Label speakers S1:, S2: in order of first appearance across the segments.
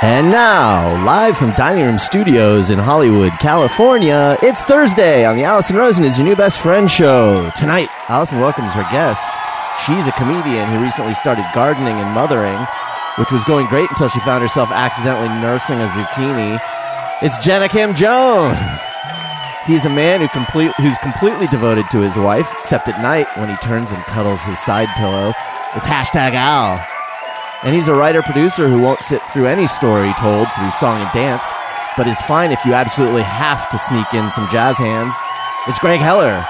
S1: And now, live from Dining Room Studios in Hollywood, California, it's Thursday on the Allison Rosen is Your New Best Friend show. Tonight, Allison welcomes her guest. She's a comedian who recently started gardening and mothering, which was going great until she found herself accidentally nursing a zucchini. It's Jenna Kim Jones. He's a man who complete, who's completely devoted to his wife, except at night when he turns and cuddles his side pillow. It's hashtag Al. And he's a writer producer who won't sit through any story told through song and dance, but is fine if you absolutely have to sneak in some jazz hands. It's Greg Heller.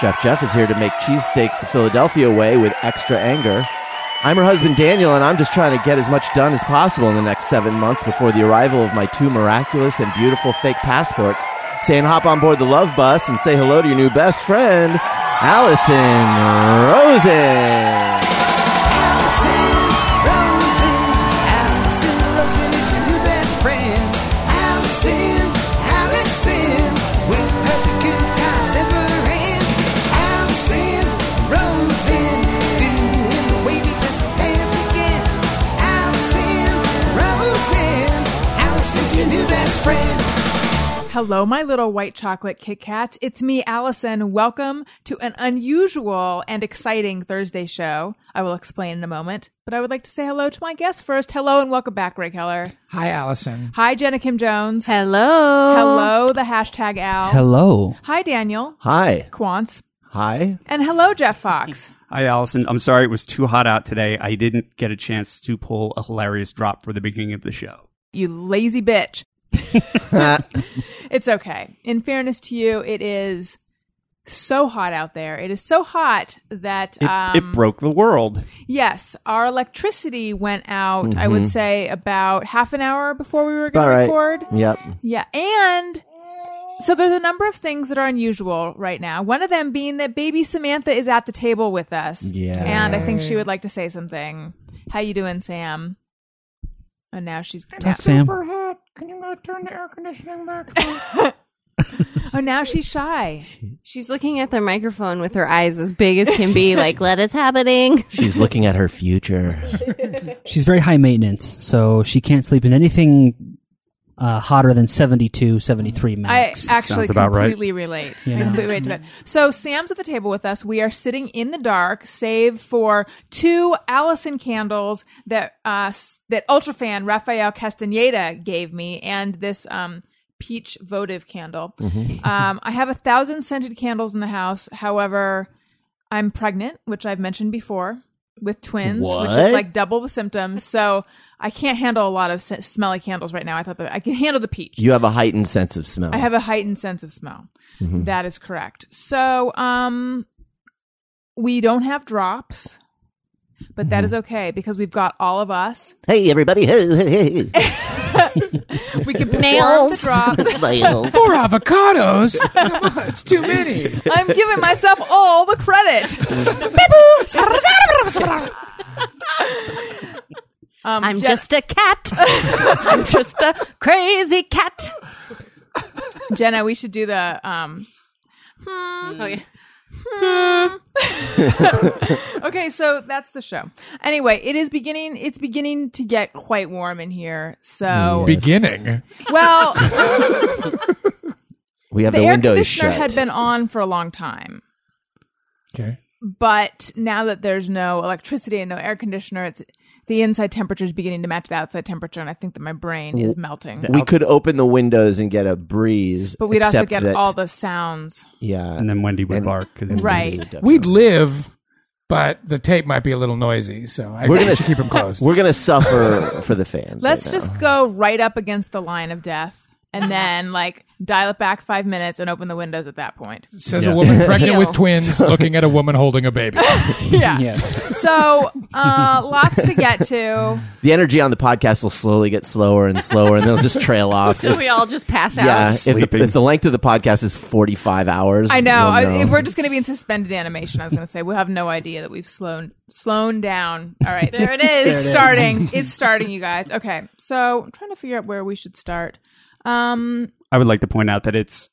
S1: Chef Jeff is here to make cheesesteaks the Philadelphia way with extra anger. I'm her husband Daniel, and I'm just trying to get as much done as possible in the next seven months before the arrival of my two miraculous and beautiful fake passports. Saying hop on board the love bus and say hello to your new best friend, Allison Rosen.
S2: Hello, my little white chocolate Kit Kats. It's me, Allison. Welcome to an unusual and exciting Thursday show. I will explain in a moment, but I would like to say hello to my guest first. Hello and welcome back, Greg Heller.
S3: Hi, Allison.
S2: Hi, Jenna Kim Jones.
S4: Hello.
S2: Hello, the hashtag Al.
S5: Hello.
S2: Hi, Daniel.
S1: Hi.
S2: Quants.
S1: Hi.
S2: And hello, Jeff Fox.
S6: Hi, Allison. I'm sorry it was too hot out today. I didn't get a chance to pull a hilarious drop for the beginning of the show.
S2: You lazy bitch. it's okay. In fairness to you, it is so hot out there. It is so hot that
S6: It,
S2: um,
S6: it broke the world.
S2: Yes, our electricity went out. I would say about half an hour before we were
S1: All
S2: going to
S1: Mm-hmm. right.
S2: record.
S1: Yep.
S2: Yeah, and so there's a number of things that are unusual right now. One of them being that baby Samantha is at the table with us.
S1: Yeah.
S2: and I think she would like to say something. How you doing, Sam? And now she's down.
S5: Sam.
S2: Oh, now she's shy.
S4: She's looking at the microphone with her eyes as big as can be, like, what is happening?
S1: She's looking at her future.
S5: She's very high maintenance, so she can't sleep in anything uh, hotter than 72, 73
S2: I
S5: max.
S2: actually
S6: Sounds about right.
S2: completely relate.
S5: You
S2: I
S5: know.
S2: completely relate to that. So Sam's at the table with us. We are sitting in the dark, save for two Allison candles that uh, s- that ultrafan Rafael Castaneda gave me, and this um, peach votive candle.
S6: Mm-hmm.
S2: Um, I have a thousand scented candles in the house. However, I'm pregnant, which I've mentioned before. With twins, which
S1: What?
S2: is like double the symptoms, so I can't handle a lot of s- smelly candles right now. I thought that I can handle the peach.
S1: You have a heightened sense of smell.
S2: I have a heightened sense of smell.
S3: Mm-hmm.
S2: That is correct. So, um, we don't have drops, but that
S3: Mm-hmm.
S2: is okay because we've got all of us.
S1: Hey, everybody. Hey, hey, hey.
S2: We can perform the
S4: Nails.
S2: drops.
S1: Well,
S3: Four avocados? it's too many.
S2: I'm giving myself all the credit. Um,
S4: I'm
S2: Jen-
S4: just a cat. I'm just a crazy cat.
S2: Jenna. We should do the um. hmm.
S4: Oh, yeah.
S2: Okay, so that's the show. Anyway, it is beginning. It's beginning to get quite warm in here. So,
S3: Beginning.
S2: well,
S1: we have
S2: the,
S1: the,
S2: air
S1: windows
S2: conditioner
S1: shut.
S2: had been on for a long time.
S3: Okay.
S2: but now that there's no electricity and no air conditioner, it's the inside temperature is beginning to match the outside temperature, and I think that my brain is melting.
S1: we could open the windows and get a breeze,
S2: But we'd also
S1: except
S2: get
S1: that-
S2: all the sounds,
S1: yeah.
S6: And then Wendy would
S1: And-
S6: bark. 'cause-
S2: right?
S3: We'd live, but the tape might be a little noisy, so I
S1: We're
S3: We're
S1: gonna-
S3: gonna should keep them closed.
S1: We're gonna suffer for the fans.
S2: Let's
S1: right now.
S2: just go right up against the line of death, and then like dial it back five minutes and open the windows at that point.
S3: Says
S6: Yeah.
S3: a woman pregnant
S4: Deal.
S3: with twins looking at a woman holding a baby.
S2: Yeah.
S5: yeah.
S2: So uh, lots to get to.
S1: the energy on the podcast will slowly get slower and slower, and they'll just trail off.
S4: So we all just pass out.
S1: yeah, if the,
S6: Sleeping.
S1: if the length of the podcast is forty-five hours,
S2: I know.
S1: we'll
S2: I, we're just going to be in suspended animation. I was going to say we have no idea that we've slowed slown down. All right, there it is. It's starting. it's starting, you guys. Okay, so I'm trying to figure out where we should start. Um,
S6: I would like to point out that it's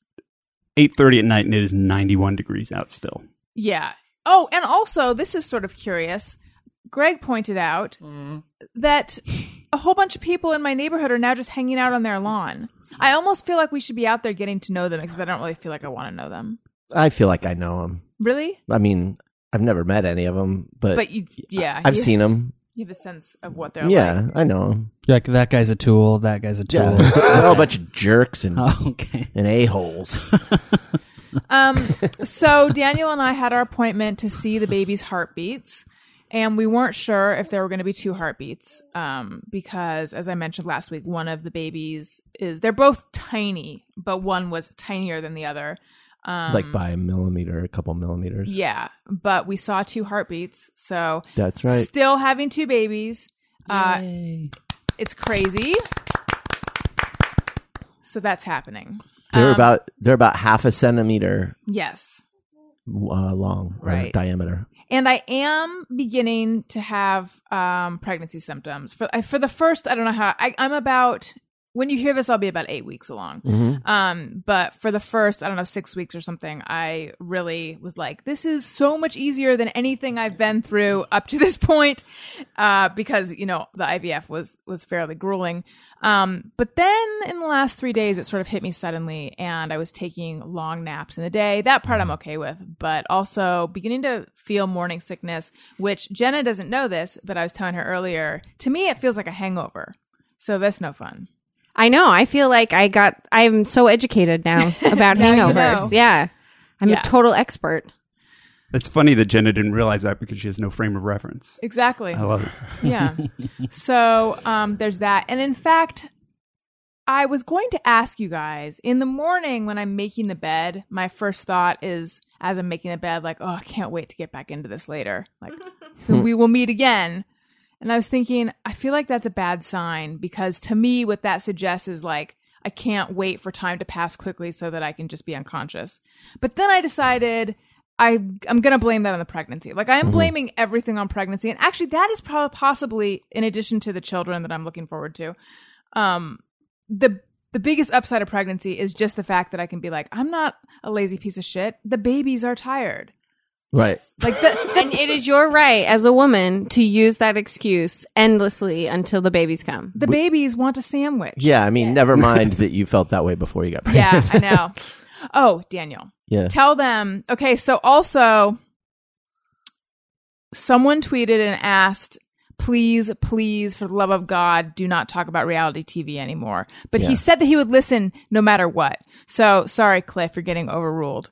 S6: 8.30 at night and it is 91 degrees out still.
S2: yeah. Oh, Mm. and also this is sort of curious. Greg pointed out that a whole bunch of people in my neighborhood are now just hanging out on their lawn. I almost feel like we should be out there getting to know them because I don't really feel like I want to know them.
S1: I feel like I know him.
S2: Really?
S1: I mean, I've never met any of them, but,
S2: But you, yeah,
S1: I've
S2: you,
S1: seen him.
S2: You have a sense of what they're
S1: Yeah, I know him.
S5: Like that guy's a tool. That guy's a tool.
S1: Yeah, they're all a bunch of jerks and
S5: Oh, okay.
S1: and a holes.
S2: Um, so Daniel and I had our appointment to see the baby's heartbeats, and we weren't sure if there were going to be two heartbeats. Um, because as I mentioned last week, one of the babies is they're both tiny, but one was tinier than the other. Um,
S1: like by a millimeter, a couple millimeters.
S2: yeah, but we saw two heartbeats, so
S1: That's right.
S2: still having two babies. Uh, it's crazy. So that's happening.
S1: They're
S2: Um,
S1: about they're about half a centimeter
S2: Yes.
S1: uh, long or
S2: Right.
S1: diameter.
S2: and I am beginning to have um, pregnancy symptoms for I- for the first. I don't know how I, I'm about. When you hear this, I'll be about eight weeks along. Um, but for the first, I don't know, six weeks or something, I really was like, this is so much easier than anything I've been through up to this point, uh, because you know the IVF was was fairly grueling. Um, but then in the last three days, it sort of hit me suddenly, and I was taking long naps in the day. That part I'm okay with, but also beginning to feel morning sickness, which Jenna doesn't know this, but I was telling her earlier. To me, it feels like a hangover, so that's no fun.
S4: I know. I feel like I got. I'm so educated now about
S2: Now you
S4: hangovers.
S2: know.
S4: Yeah, I'm
S2: Yeah.
S4: a total expert.
S6: It's funny that Jenna didn't realize that because she has no frame of reference.
S2: Exactly.
S6: I love it.
S2: yeah. So um, there's that. And in fact, I was going to ask you guys in the morning when I'm making the bed, my first thought is as I'm making the bed, like, oh, I can't wait to get back into this later. Like, we will meet again. And I was thinking, I feel like that's a bad sign because to me, what that suggests is like, I can't wait for time to pass quickly so that I can just be unconscious. But then I decided I I'm gonna blame that on the pregnancy. Like I am blaming everything on pregnancy, and actually that is probably possibly in addition to the children that I'm looking forward to. Um, the the biggest upside of pregnancy is just the fact that I can be like, I'm not a lazy piece of shit. The babies are tired.
S1: Right.
S2: Like the,
S4: and it is your right as a woman to use that excuse endlessly until the babies come.
S2: the babies want a sandwich.
S1: Yeah, I mean, never mind that you felt that way before you got pregnant.
S2: Yeah, I know. Oh, Daniel.
S1: Yeah.
S2: Tell them. Okay, so also someone tweeted and asked, "Please, please for the love of God, do not talk about reality TV anymore." But
S1: Yeah.
S2: he said that he would listen no matter what. So, sorry Cliff, you're getting overruled.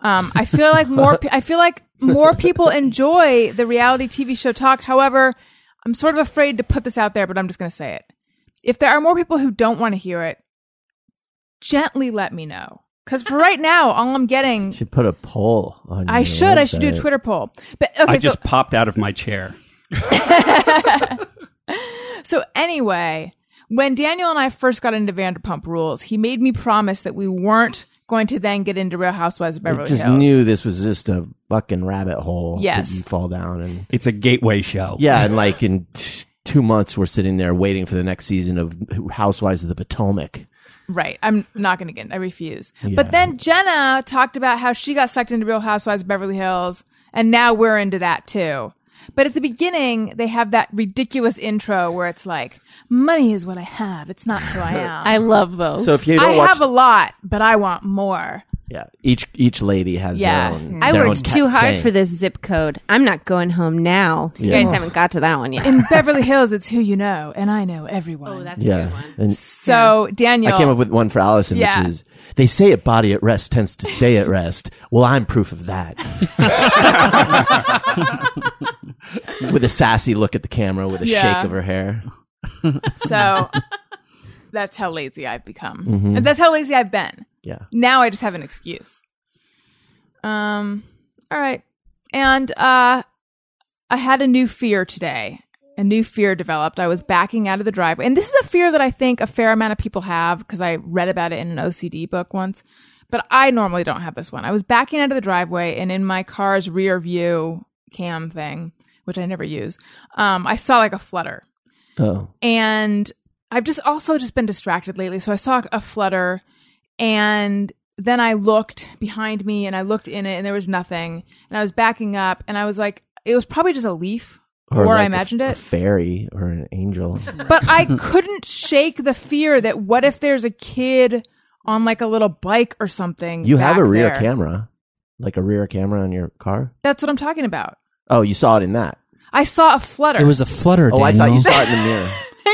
S2: Um, I feel like more pe- I feel like more people enjoy the reality TV show talk. However, I'm sort of afraid to put this out there, but I'm just going to say it. If there are more people who don't want to hear it, gently let me know. Because for right now, all I'm getting,
S1: should put a poll on.
S2: I
S1: your
S2: should, I should do a
S1: website.
S2: Twitter poll. But okay,
S6: I
S2: so,
S6: just popped out of my chair.
S2: so anyway, when Daniel and I first got into Vanderpump Rules, he made me promise that we weren't going to then get into Real Housewives of
S1: I
S2: Beverly
S1: just
S2: Hills.
S1: knew this was just a fucking rabbit hole. that
S2: Yes.
S1: you fall down and
S6: It's a gateway show.
S1: yeah, and like in t- two months we're sitting there waiting for the next season of Housewives of the Potomac.
S2: Right. I'm not going to get. I refuse. But then Jenna talked about how she got sucked into Real Housewives of Beverly Hills, and now we're into that too. But at the beginning, they have that ridiculous intro where it's like, "Money is what I have. It's not who I am.
S4: I love those.
S1: So if you don't
S2: I
S1: watch,
S2: have a lot, but I want more."
S1: yeah, each each lady has
S2: Yeah.
S1: their own.
S4: I
S1: their own
S4: worked
S1: cat
S4: too hard
S1: saying.
S4: for this zip code. I'm not going home now. You
S1: Yeah.
S4: guys haven't got to that one yet.
S2: In Beverly Hills, it's who you know, and I know everyone. Oh, that's
S1: Yeah, and
S2: so Daniel.
S1: I came up with one for Allison,
S2: Yeah.
S1: which is they say a body at rest tends to stay at rest. Well, I'm proof of that. with a sassy look at the camera, with a
S2: Yeah.
S1: shake of her hair.
S2: so that's how lazy I've become,
S1: Mm-hmm.
S2: and that's how lazy I've been.
S1: Yeah.
S2: now I just have an excuse. Um all right. And uh I had a new fear today. A new fear developed. I was backing out of the driveway. And this is a fear that I think a fair amount of people have because I read about it in an OCD book once. But I normally don't have this one. I was backing out of the driveway and in my car's rear view cam thing, which I never use, um, I saw like a flutter
S1: Oh,
S2: and I've just also just been distracted lately. So I saw a flutter, and then I looked behind me and I looked in it, and there was nothing. And I was backing up, and I was like, it was probably just a leaf Or I
S1: like a-
S2: imagined
S1: a
S2: it.
S1: fairy or an angel.
S2: But I couldn't shake the fear that what if there's a kid on like a little bike or something?
S1: You have
S2: back
S1: a rear
S2: there?
S1: camera, like a rear camera on your car.
S2: That's what I'm talking about.
S1: Oh, you saw it in that.
S2: I saw a flutter.
S5: It was a flutter.
S1: Oh, I thought you
S5: Daniel.
S1: saw it in the mirror.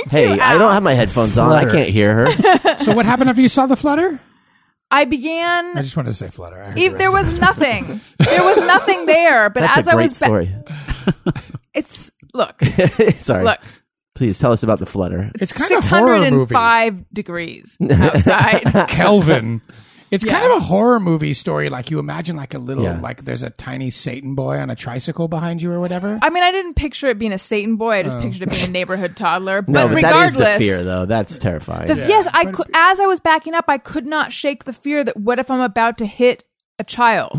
S1: hey,
S2: you,
S1: I
S2: Al.
S1: don't have my headphones on. I
S5: Flutter.
S1: can't hear her.
S3: So what happened after you saw the flutter?
S2: I
S3: I
S2: began.
S3: just wanted to say flutter. I heard
S2: If
S3: the
S2: there
S3: rest of
S2: was nothing, there was nothing there. But
S1: That's a
S2: as
S1: great
S2: I was, ba-
S1: story.
S2: it's look,
S1: Sorry.
S2: look.
S1: Please tell us about the flutter.
S3: it. it's kind
S2: Six
S3: of a horror
S2: hundred and
S3: movie.
S2: five degrees outside.
S3: Kelvin. It's kind
S2: Yeah.
S3: of a horror movie story. Like you imagine, like a little,
S1: Yeah.
S3: like there's a tiny Satan boy on a tricycle behind you or whatever.
S2: I mean, I didn't picture it being a Satan boy. I just pictured it being a neighborhood toddler. But,
S1: No, but that is the
S2: regardless,
S1: fear, though. That's terrifying.
S2: The, Yes, I could. As I was backing up, I could not shake the fear that what if I'm about to hit a child,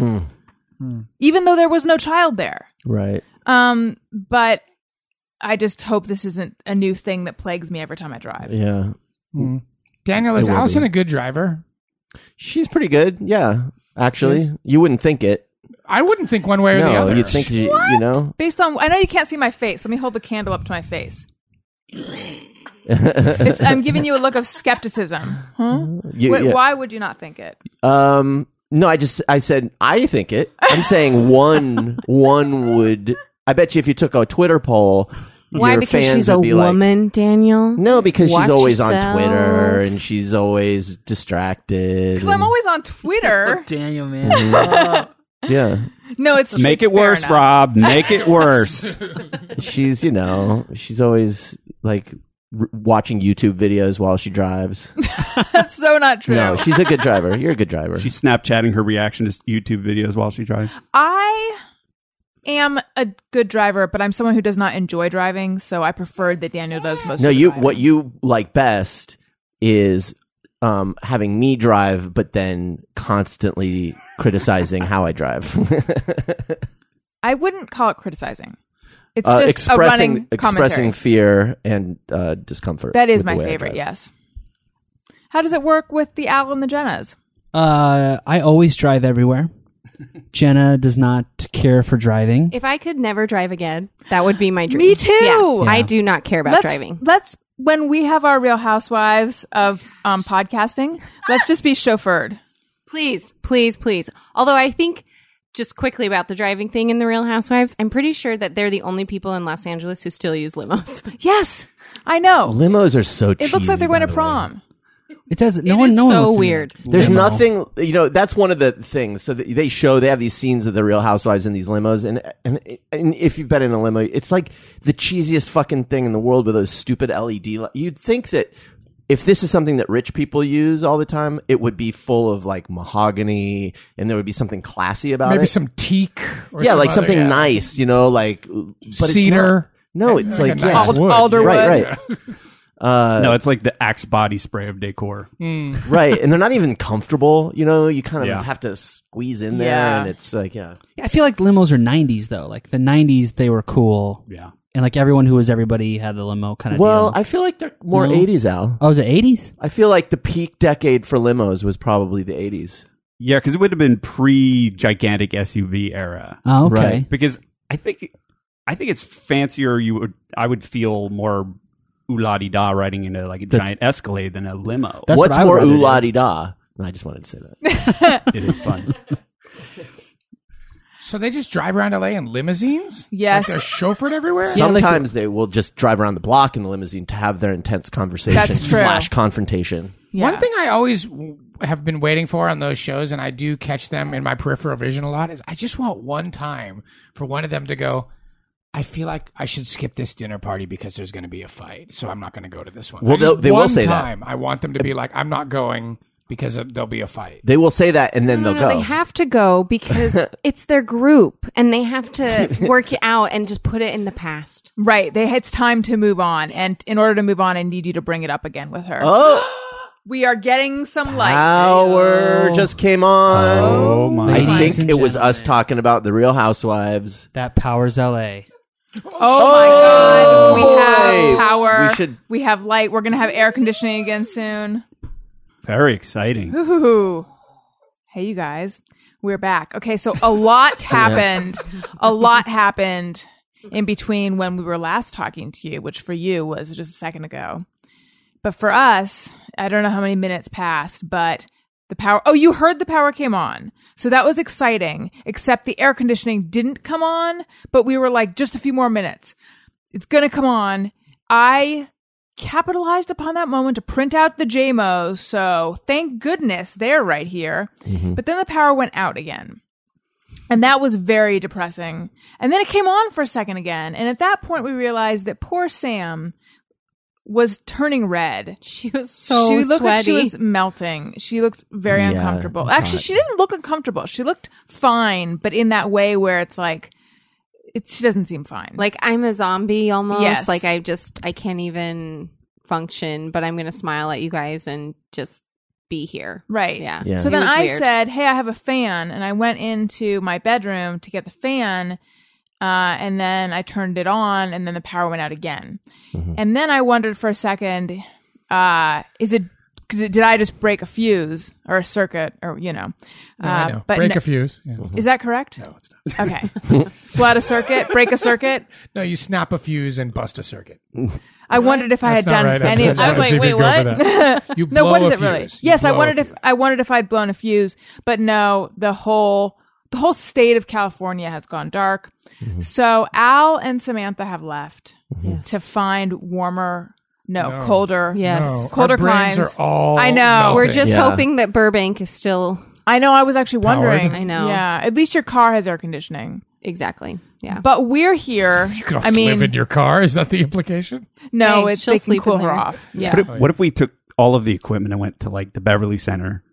S1: Hmm.
S2: even though there was no child there.
S1: right.
S2: Um, but I just hope this isn't a new thing that plagues me every time I drive.
S1: Yeah.
S3: Daniel, is
S1: It will
S3: Allison
S1: be.
S3: a good driver?
S1: She's pretty good. Yeah. Actually, you wouldn't think it.
S3: I wouldn't think one way or the
S1: No,
S3: other.
S1: you'd think, you, you know.
S2: Based on, I know you can't see my face. Let me hold the candle up to my face. it's, I'm giving you a look of skepticism. Huh?
S1: You,
S2: Wait,
S1: yeah.
S2: Why would you not think it?
S1: Um, no, I just I said I think it. I'm saying one one would. I bet you if you took a Twitter poll,
S4: Why?
S1: your
S4: Because
S1: fans
S4: she's
S1: would
S4: a
S1: be Like,
S4: woman, Daniel.
S1: no, because
S4: Watch
S1: she's always on
S4: yourself.
S1: Twitter and she's always distracted.
S2: Because I'm
S1: and-
S2: always on Twitter.
S5: Daniel, man.
S1: yeah.
S2: No, it's
S6: Make
S2: it's
S6: it worse,
S2: fair enough.
S6: Rob. Make it worse.
S1: She's you know she's always like r- watching YouTube videos while she drives.
S2: That's so not true.
S1: No, she's a good driver. You're a good driver.
S6: She's Snapchatting her reaction to YouTube videos while she drives.
S2: I am a good driver, but I'm someone who does not enjoy driving, so I preferred that Daniel does most.
S1: No,
S2: of the
S1: you
S2: driving.
S1: what you like best is um, having me drive, but then constantly criticizing how I drive.
S2: I wouldn't call it criticizing. It's
S1: Uh,
S2: just a
S1: expressing
S2: running commentary.
S1: expressing fear and uh, discomfort.
S2: that is
S1: with
S2: my
S1: the way I
S2: favorite.
S1: drive.
S2: Yes. How does it work with the Al and the Jennas?
S5: uh, I always drive everywhere. Jenna does not care for driving.
S4: If I could never drive again, that would be my dream.
S2: Me too.
S4: Yeah.
S2: Yeah.
S4: I do not care about
S2: let's,
S4: driving.
S2: Let's when we have our Real Housewives of um, podcasting, let's just be chauffeured.
S4: Please, please, please. Although I think just quickly about the driving thing in the Real Housewives, I'm pretty sure that they're the only people in Los Angeles who still use limos.
S2: Yes, I know.
S1: Limos are so.
S2: It looks like they're going to prom.
S5: It does no
S4: It
S5: one.
S4: is
S5: no one
S4: so
S5: wants to do
S4: weird.
S5: that.
S1: There's
S5: Limo.
S1: nothing, you know. That's one of the things. So th- they show they have these scenes of the Real Housewives in these limos, and, and and if you've been in a limo, it's like the cheesiest fucking thing in the world with those stupid LED. Li- You'd think that if this is something that rich people use all the time, it would be full of like mahogany, and there would be something classy about
S3: Maybe
S1: it.
S3: some teak or
S1: yeah,
S3: some
S1: like
S3: other-
S1: something
S3: yeah.
S1: nice, you know, like but it's
S3: Cedar.
S1: not- no, it's
S3: Like
S1: like
S3: a
S1: yeah,
S3: nice
S2: Ald-
S3: wood,
S2: Alderwood.
S1: right, right, Uh,
S6: no, it's like the Axe body spray of decor.
S1: mm. right, and they're not even comfortable. You know, you kind of
S6: Yeah.
S1: have to squeeze in there,
S2: Yeah.
S1: and it's like yeah.
S5: Yeah, I feel like limos are '90s though. Like the '90s, they were cool,
S6: Yeah.
S5: and like everyone who was everybody had the limo kind of.
S1: Well,
S5: deal.
S1: I feel like they're more
S5: No.
S1: 80s, Al.
S5: oh, was it '80s?
S1: I feel like the peak decade for limos was probably the 80s.
S6: Yeah, because it would have been pre gigantic SUV era.
S5: Oh, okay.
S1: Right.
S6: Because I think I think it's fancier you would I would feel more ooh da riding into like a giant escalade than a limo.
S5: That's
S1: What's
S5: what I would
S1: more
S5: rather
S1: ooh
S5: do.
S1: la di da? I just wanted to say that.
S6: it is fun.
S3: So they just drive around LA in limousines?
S2: Yes.
S3: Like they're chauffeured everywhere?
S5: Yeah, like-
S1: Sometimes they will just drive around the block in the limousine to have their intense conversation
S2: That's true.
S1: slash confrontation.
S2: Yeah.
S3: One thing I always w- have been waiting for on those shows, and I do catch them in my peripheral vision a lot, is I just want one time for one of them to go, I feel like I should skip this dinner party because there's going to be a fight, so I'm not going to go to this one.
S1: Well,
S3: I just-
S1: they'll- they will
S3: one
S1: say that.
S3: time, I want them to be like, I'm not going because of, there'll be a fight.
S1: They will say that and then
S4: No,
S1: they'll
S4: no,
S1: go.
S4: they have to go because it's their group and they have to work it out and just put it in the past.
S2: Right. They it's time to move on. And in order to move on, I need you to bring it up again with her.
S1: oh,
S2: We are getting some light.
S1: power just came on.
S6: Oh my
S1: I
S5: Ladies
S1: think
S5: and
S1: it was us
S5: gentlemen,
S1: talking about the Real Housewives.
S5: That powers L.A.
S2: oh, my god. We
S1: boy.
S2: have power.
S1: We should-
S2: we have light. We're gonna have air conditioning again soon.
S6: Very exciting.
S2: Ooh. Hey you guys. We're back. Okay, so a lot happened. A lot happened in between when we were last talking to you, which for you was just a second ago. But for us, I don't know how many minutes passed, but the power. Oh, you heard the power came on. So that was exciting, except the air conditioning didn't come on, but we were like, just a few more minutes. It's going to come on. I capitalized upon that moment to print out the JMO. So thank goodness they're right here. But then the power went out again. And that was very depressing. And then it came on for a second again. And at that point, we realized that poor Sam was turning red.
S4: She was so
S2: she looked like she
S4: sweaty.
S2: was melting. She looked very
S1: Yeah,
S2: uncomfortable.
S1: I
S2: Actually,
S1: thought-
S2: she didn't look uncomfortable. She looked fine, but in that way where it's like, it, she doesn't seem fine.
S4: like I'm a zombie almost.
S2: Yes.
S4: Like I just I can't even function, but I'm gonna smile at you guys and just be here.
S2: Right.
S4: Yeah.
S1: Yeah.
S2: So then
S4: It was
S2: I
S4: weird.
S2: said, "Hey, I have a fan," and I went into my bedroom to get the fan, uh, and then I turned it on, and then the power went out again. And then I wondered for a second, uh, is it? Did I just break a fuse or a circuit, or you know?
S3: No, I know.
S2: Uh, But no-
S3: Break a fuse. Yeah.
S2: is that correct?
S3: No, it's not.
S2: Okay. Flood a circuit, break a circuit.
S3: No, you snap a fuse and bust a circuit.
S2: I wondered if I had
S3: That's not
S2: done
S3: right.
S2: any of that.
S3: just wanted to
S4: I was
S3: see if
S4: like,
S3: you'd
S4: wait,
S3: go for that. You
S2: No,
S3: blow
S2: what is
S3: a
S2: it really?
S3: fuse. You
S2: Yes, I
S3: blow a
S2: wondered if
S3: fuse.
S2: I wondered if I'd blown a fuse, but no, the whole the whole state of California has gone dark.
S3: Mm-hmm.
S2: So Al and Samantha have left
S4: Yes.
S2: to find warmer, no,
S3: No.
S2: colder,
S4: Yes.
S3: No, our
S2: colder
S3: brains
S2: climes.
S3: are all.
S2: I know.
S4: We're
S3: melting.
S4: just
S1: Yeah.
S4: hoping that Burbank is still
S2: I know. I was actually wondering.
S4: I know.
S2: Yeah, at least your car has air conditioning.
S4: exactly. Yeah.
S2: But we're here.
S3: You could also
S2: I mean,
S3: live in your car. Is that the implication?
S2: no,
S4: Hey,
S2: it's
S4: she'll
S2: they can
S4: sleep
S2: cool
S4: in
S2: her
S4: there.
S2: off.
S4: Oh, Yeah.
S6: What if, what if we took all of the equipment and went to like the Beverly Center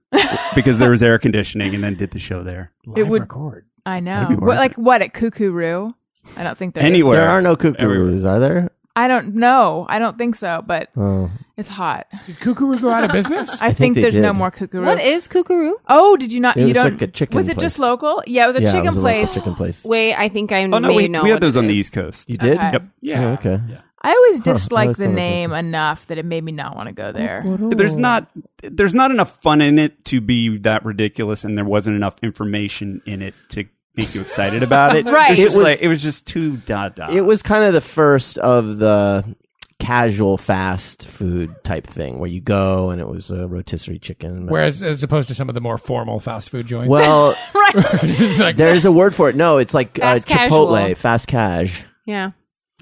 S6: because there was air conditioning and then did the show there?
S3: Live
S2: would-
S3: record.
S2: I know.
S6: That'd be
S2: What,
S6: worth
S2: like what at Cuckoo Roo? I don't think there is.
S6: Anywhere.
S1: There are no
S6: Everywhere.
S1: cuckoos, are there?
S2: I don't know. I don't think so. But
S1: Oh.
S2: it's hot.
S3: Did Cuckoo go out of business?
S2: I, think,
S1: they
S2: there's no
S1: did.
S2: more Cuckoo Roo.
S4: what is Kookaroo?
S2: Oh, did you not?
S1: It
S2: you
S1: was
S2: don't.
S1: like a chicken
S2: was it just
S1: place.
S2: local? Yeah, it was a
S1: yeah, it
S2: chicken
S1: was a local
S2: place.
S1: chicken place.
S4: Wait, I think I
S6: Oh no,
S4: may
S6: we,
S4: know
S6: we had
S4: what
S6: those
S4: it
S6: on the
S4: is.
S6: East Coast.
S1: You did?
S2: Okay.
S6: Yep.
S1: Yeah. okay.
S2: I always
S1: Huh,
S2: disliked
S1: that
S2: the
S1: sounds
S2: name enough that it made me not want to go there.
S6: There's not there's not enough fun in it to be that ridiculous, and there wasn't enough information in it to make you excited about it.
S2: Right.
S6: It was,
S2: It
S6: just
S1: was-
S6: like it was just too da da.
S1: It was kind of the first of the casual fast food type thing where you go and it was a rotisserie chicken.
S3: Whereas, as opposed to some of the more formal fast food joints.
S1: Well,
S2: right.
S3: It's like,
S1: there's a word for it. No, it's like uh,
S4: Fast
S1: Chipotle,
S4: casual.
S1: fast cash. Mm-hmm.
S4: Yeah.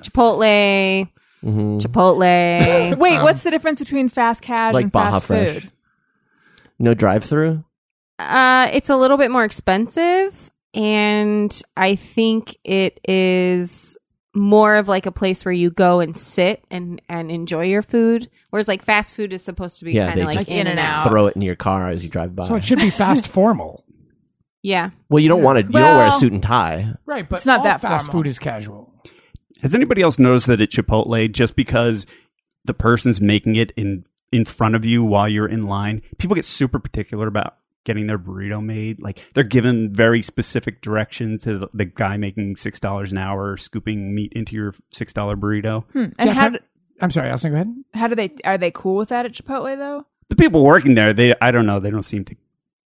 S4: Chipotle. Chipotle.
S2: Wait, what's the difference between fast cash
S1: Like
S2: and
S1: Baja
S2: fast
S1: Fresh.
S2: food?
S1: No drive through?
S4: Uh, it's a little bit more expensive, and I think it is more of like a place where you go and sit and and enjoy your food. Whereas like fast food is supposed to be
S1: Yeah,
S4: kind
S1: they
S4: of like
S1: just
S4: in and out.
S1: Throw it in your car as you drive by.
S3: so it should be fast formal.
S4: Yeah,
S1: well, you don't want to. You don't wear a
S2: Well-
S1: suit and tie.
S3: Right, but
S2: It's not
S3: all
S2: that
S3: fast
S2: formal.
S3: food is casual.
S6: Has anybody else noticed that at Chipotle, just because the person's making it in in front of you while you're in line, people get super particular about getting their burrito made. Like they're given very specific direction to the, the guy making six dollars an hour, scooping meat into your six dollar burrito.
S2: Hmm, And
S3: Jeff,
S2: how
S3: how-
S2: do,
S3: I'm sorry, Allison, go ahead.
S2: how do they are they cool with that at Chipotle though?
S6: The people working there, they I don't know, they don't seem to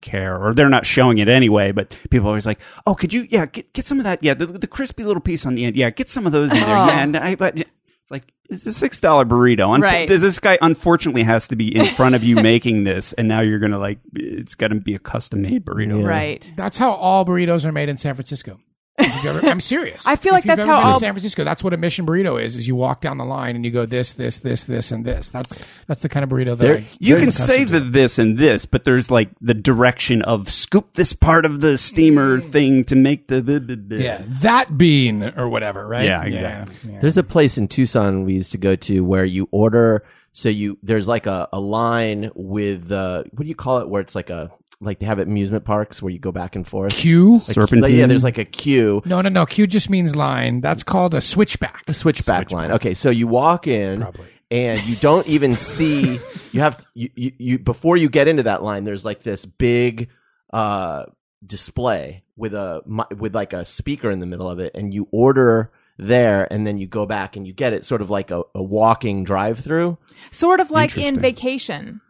S6: care or they're not showing it anyway but people are always like oh could you yeah get, get some of that yeah the, the crispy little piece on the end yeah get some of those in there
S4: Oh.
S6: yeah and i but it's like it's a six dollar burrito Unf-
S2: Right.
S6: this guy unfortunately has to be in front of you making this and now you're gonna like it's gotta be a custom made burrito
S1: Yeah.
S2: Right.
S3: That's how all burritos are made in San Francisco. If you've ever- I'm serious.
S2: I feel
S3: If
S2: like
S3: you've
S2: that's
S3: ever
S2: how
S3: been to
S2: all-
S3: San Francisco. That's what a mission burrito is. Is you walk down the line and you go this, this, this, this, and this. That's that's the kind of burrito that
S1: There-
S3: I,
S6: you
S3: I'm
S6: can
S3: accustomed
S6: say
S3: to.
S6: the this and this but there's like the direction of scoop this part of the steamer thing to make the blah, blah, blah.
S3: yeah that bean or whatever, right?
S6: Yeah, exactly.
S3: Yeah.
S1: There's a place in Tucson we used to go to where you order. So you there's like a, a line with uh, what do you call it? Where it's like a like they have at amusement parks where you go back and forth.
S3: Queue?
S1: Like,
S6: Serpentine.
S1: yeah, there's like a queue.
S3: No, no, no. Queue just means line. That's called a switchback.
S1: switchback line. Okay, so you walk in
S3: Probably.
S1: and you don't even see you have you, you, you before you get into that line there's like this big uh display with a mi- with like a speaker in the middle of it and you order there and then you go back and you get it sort of like a, a walking drive through.
S2: Sort of like in
S6: Interesting.
S2: vacation.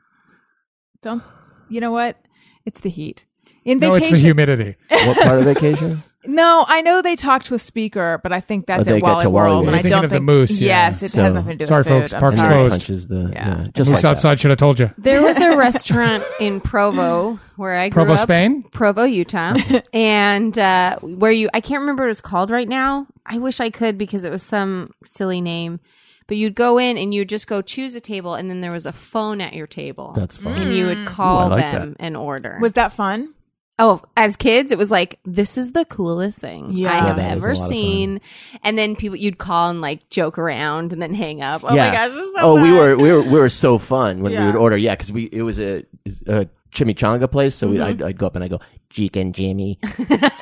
S2: Don't you know what? It's the heat. In
S3: No, it's the
S2: vacation.
S3: humidity.
S1: What part of vacation?
S2: No, I know they talk to a speaker, but I think that's
S1: Oh, they
S2: at
S1: get
S2: Wally
S1: to Wally
S2: World,
S1: World.
S2: and
S1: You're
S2: I
S3: thinking
S2: don't
S3: of the
S2: think
S3: moose, yeah.
S2: Yes, it
S1: So-
S2: has nothing to do with
S3: Sorry,
S2: food.
S3: folks,
S2: I'm
S3: park's
S2: sorry.
S3: closed.
S1: punches the
S2: Yeah.
S1: yeah, just
S3: Moose
S1: like that.
S3: outside should have told you.
S4: There was a restaurant in Provo where I grew
S3: Provo,
S4: up.
S3: Spain?
S4: Provo, Utah, and uh, where you I can't remember what it's called right now. I wish I could because it was some silly name. But you'd go in and you'd just go choose a table, and then there was a phone at your table,
S1: That's fun.
S4: and you would call
S6: like
S4: them and order.
S2: Mm. Was that fun?
S4: Oh, as kids, it was like this is the coolest thing
S2: Yeah.
S4: I
S2: Yeah,
S4: have
S1: that was a
S4: ever
S1: lot of
S4: seen. And then people you'd call and like joke around and then hang up. Oh my gosh, this is so
S1: oh, we
S4: fun.
S1: were we were we were so fun when we
S2: Yeah.
S1: would order. Yeah, because we it was a, a chimichanga place, so we,
S4: Mm-hmm.
S1: I'd, I'd go up and I'd go chicken Jimmy, and,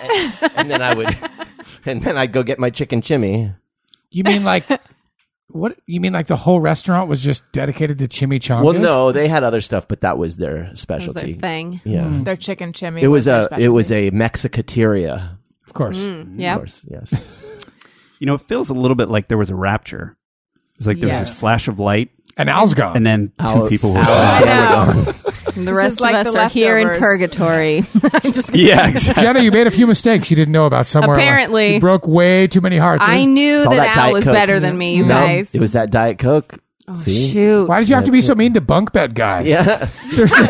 S1: and then I would, and then I'd go get my chicken chimmy.
S3: You mean like what? You mean like the whole restaurant was just dedicated to chimichangas?
S1: Well, no, they had other stuff, but that was their
S4: It was
S1: specialty.
S4: their thing.
S1: Yeah,
S6: Mm-hmm.
S2: Their chicken chimmy.
S1: it was
S2: their
S1: a
S2: specialty.
S1: it was a Mexicateria.
S3: of course.
S1: Of
S4: Yeah.
S1: course, yes.
S6: You know, it feels a little bit like there was a rapture. It's like there was
S2: Yes.
S6: this flash of light,
S3: And Al's gone.
S6: and then two
S1: Alice-
S6: people were.
S1: Alice and I
S2: I
S1: were
S2: know.
S1: gone.
S4: The
S2: This
S4: rest
S2: is
S4: of
S2: like
S4: us
S2: the
S4: are here in
S2: leftovers.
S4: purgatory. I'm just kidding.
S6: yeah, exactly.
S3: Jenna, you made a few mistakes you didn't know about somewhere. along-
S4: Apparently.
S3: you broke way too many hearts.
S4: I knew
S1: It's all
S4: that,
S1: that Diet
S4: Al was
S1: Coke.
S4: better than me, you
S1: No,
S4: guys.
S1: It was that Diet Coke.
S4: oh,
S1: See?
S4: shoot.
S3: Why did you have to be so mean to bunk bed guys?
S1: Yeah.
S3: Seriously.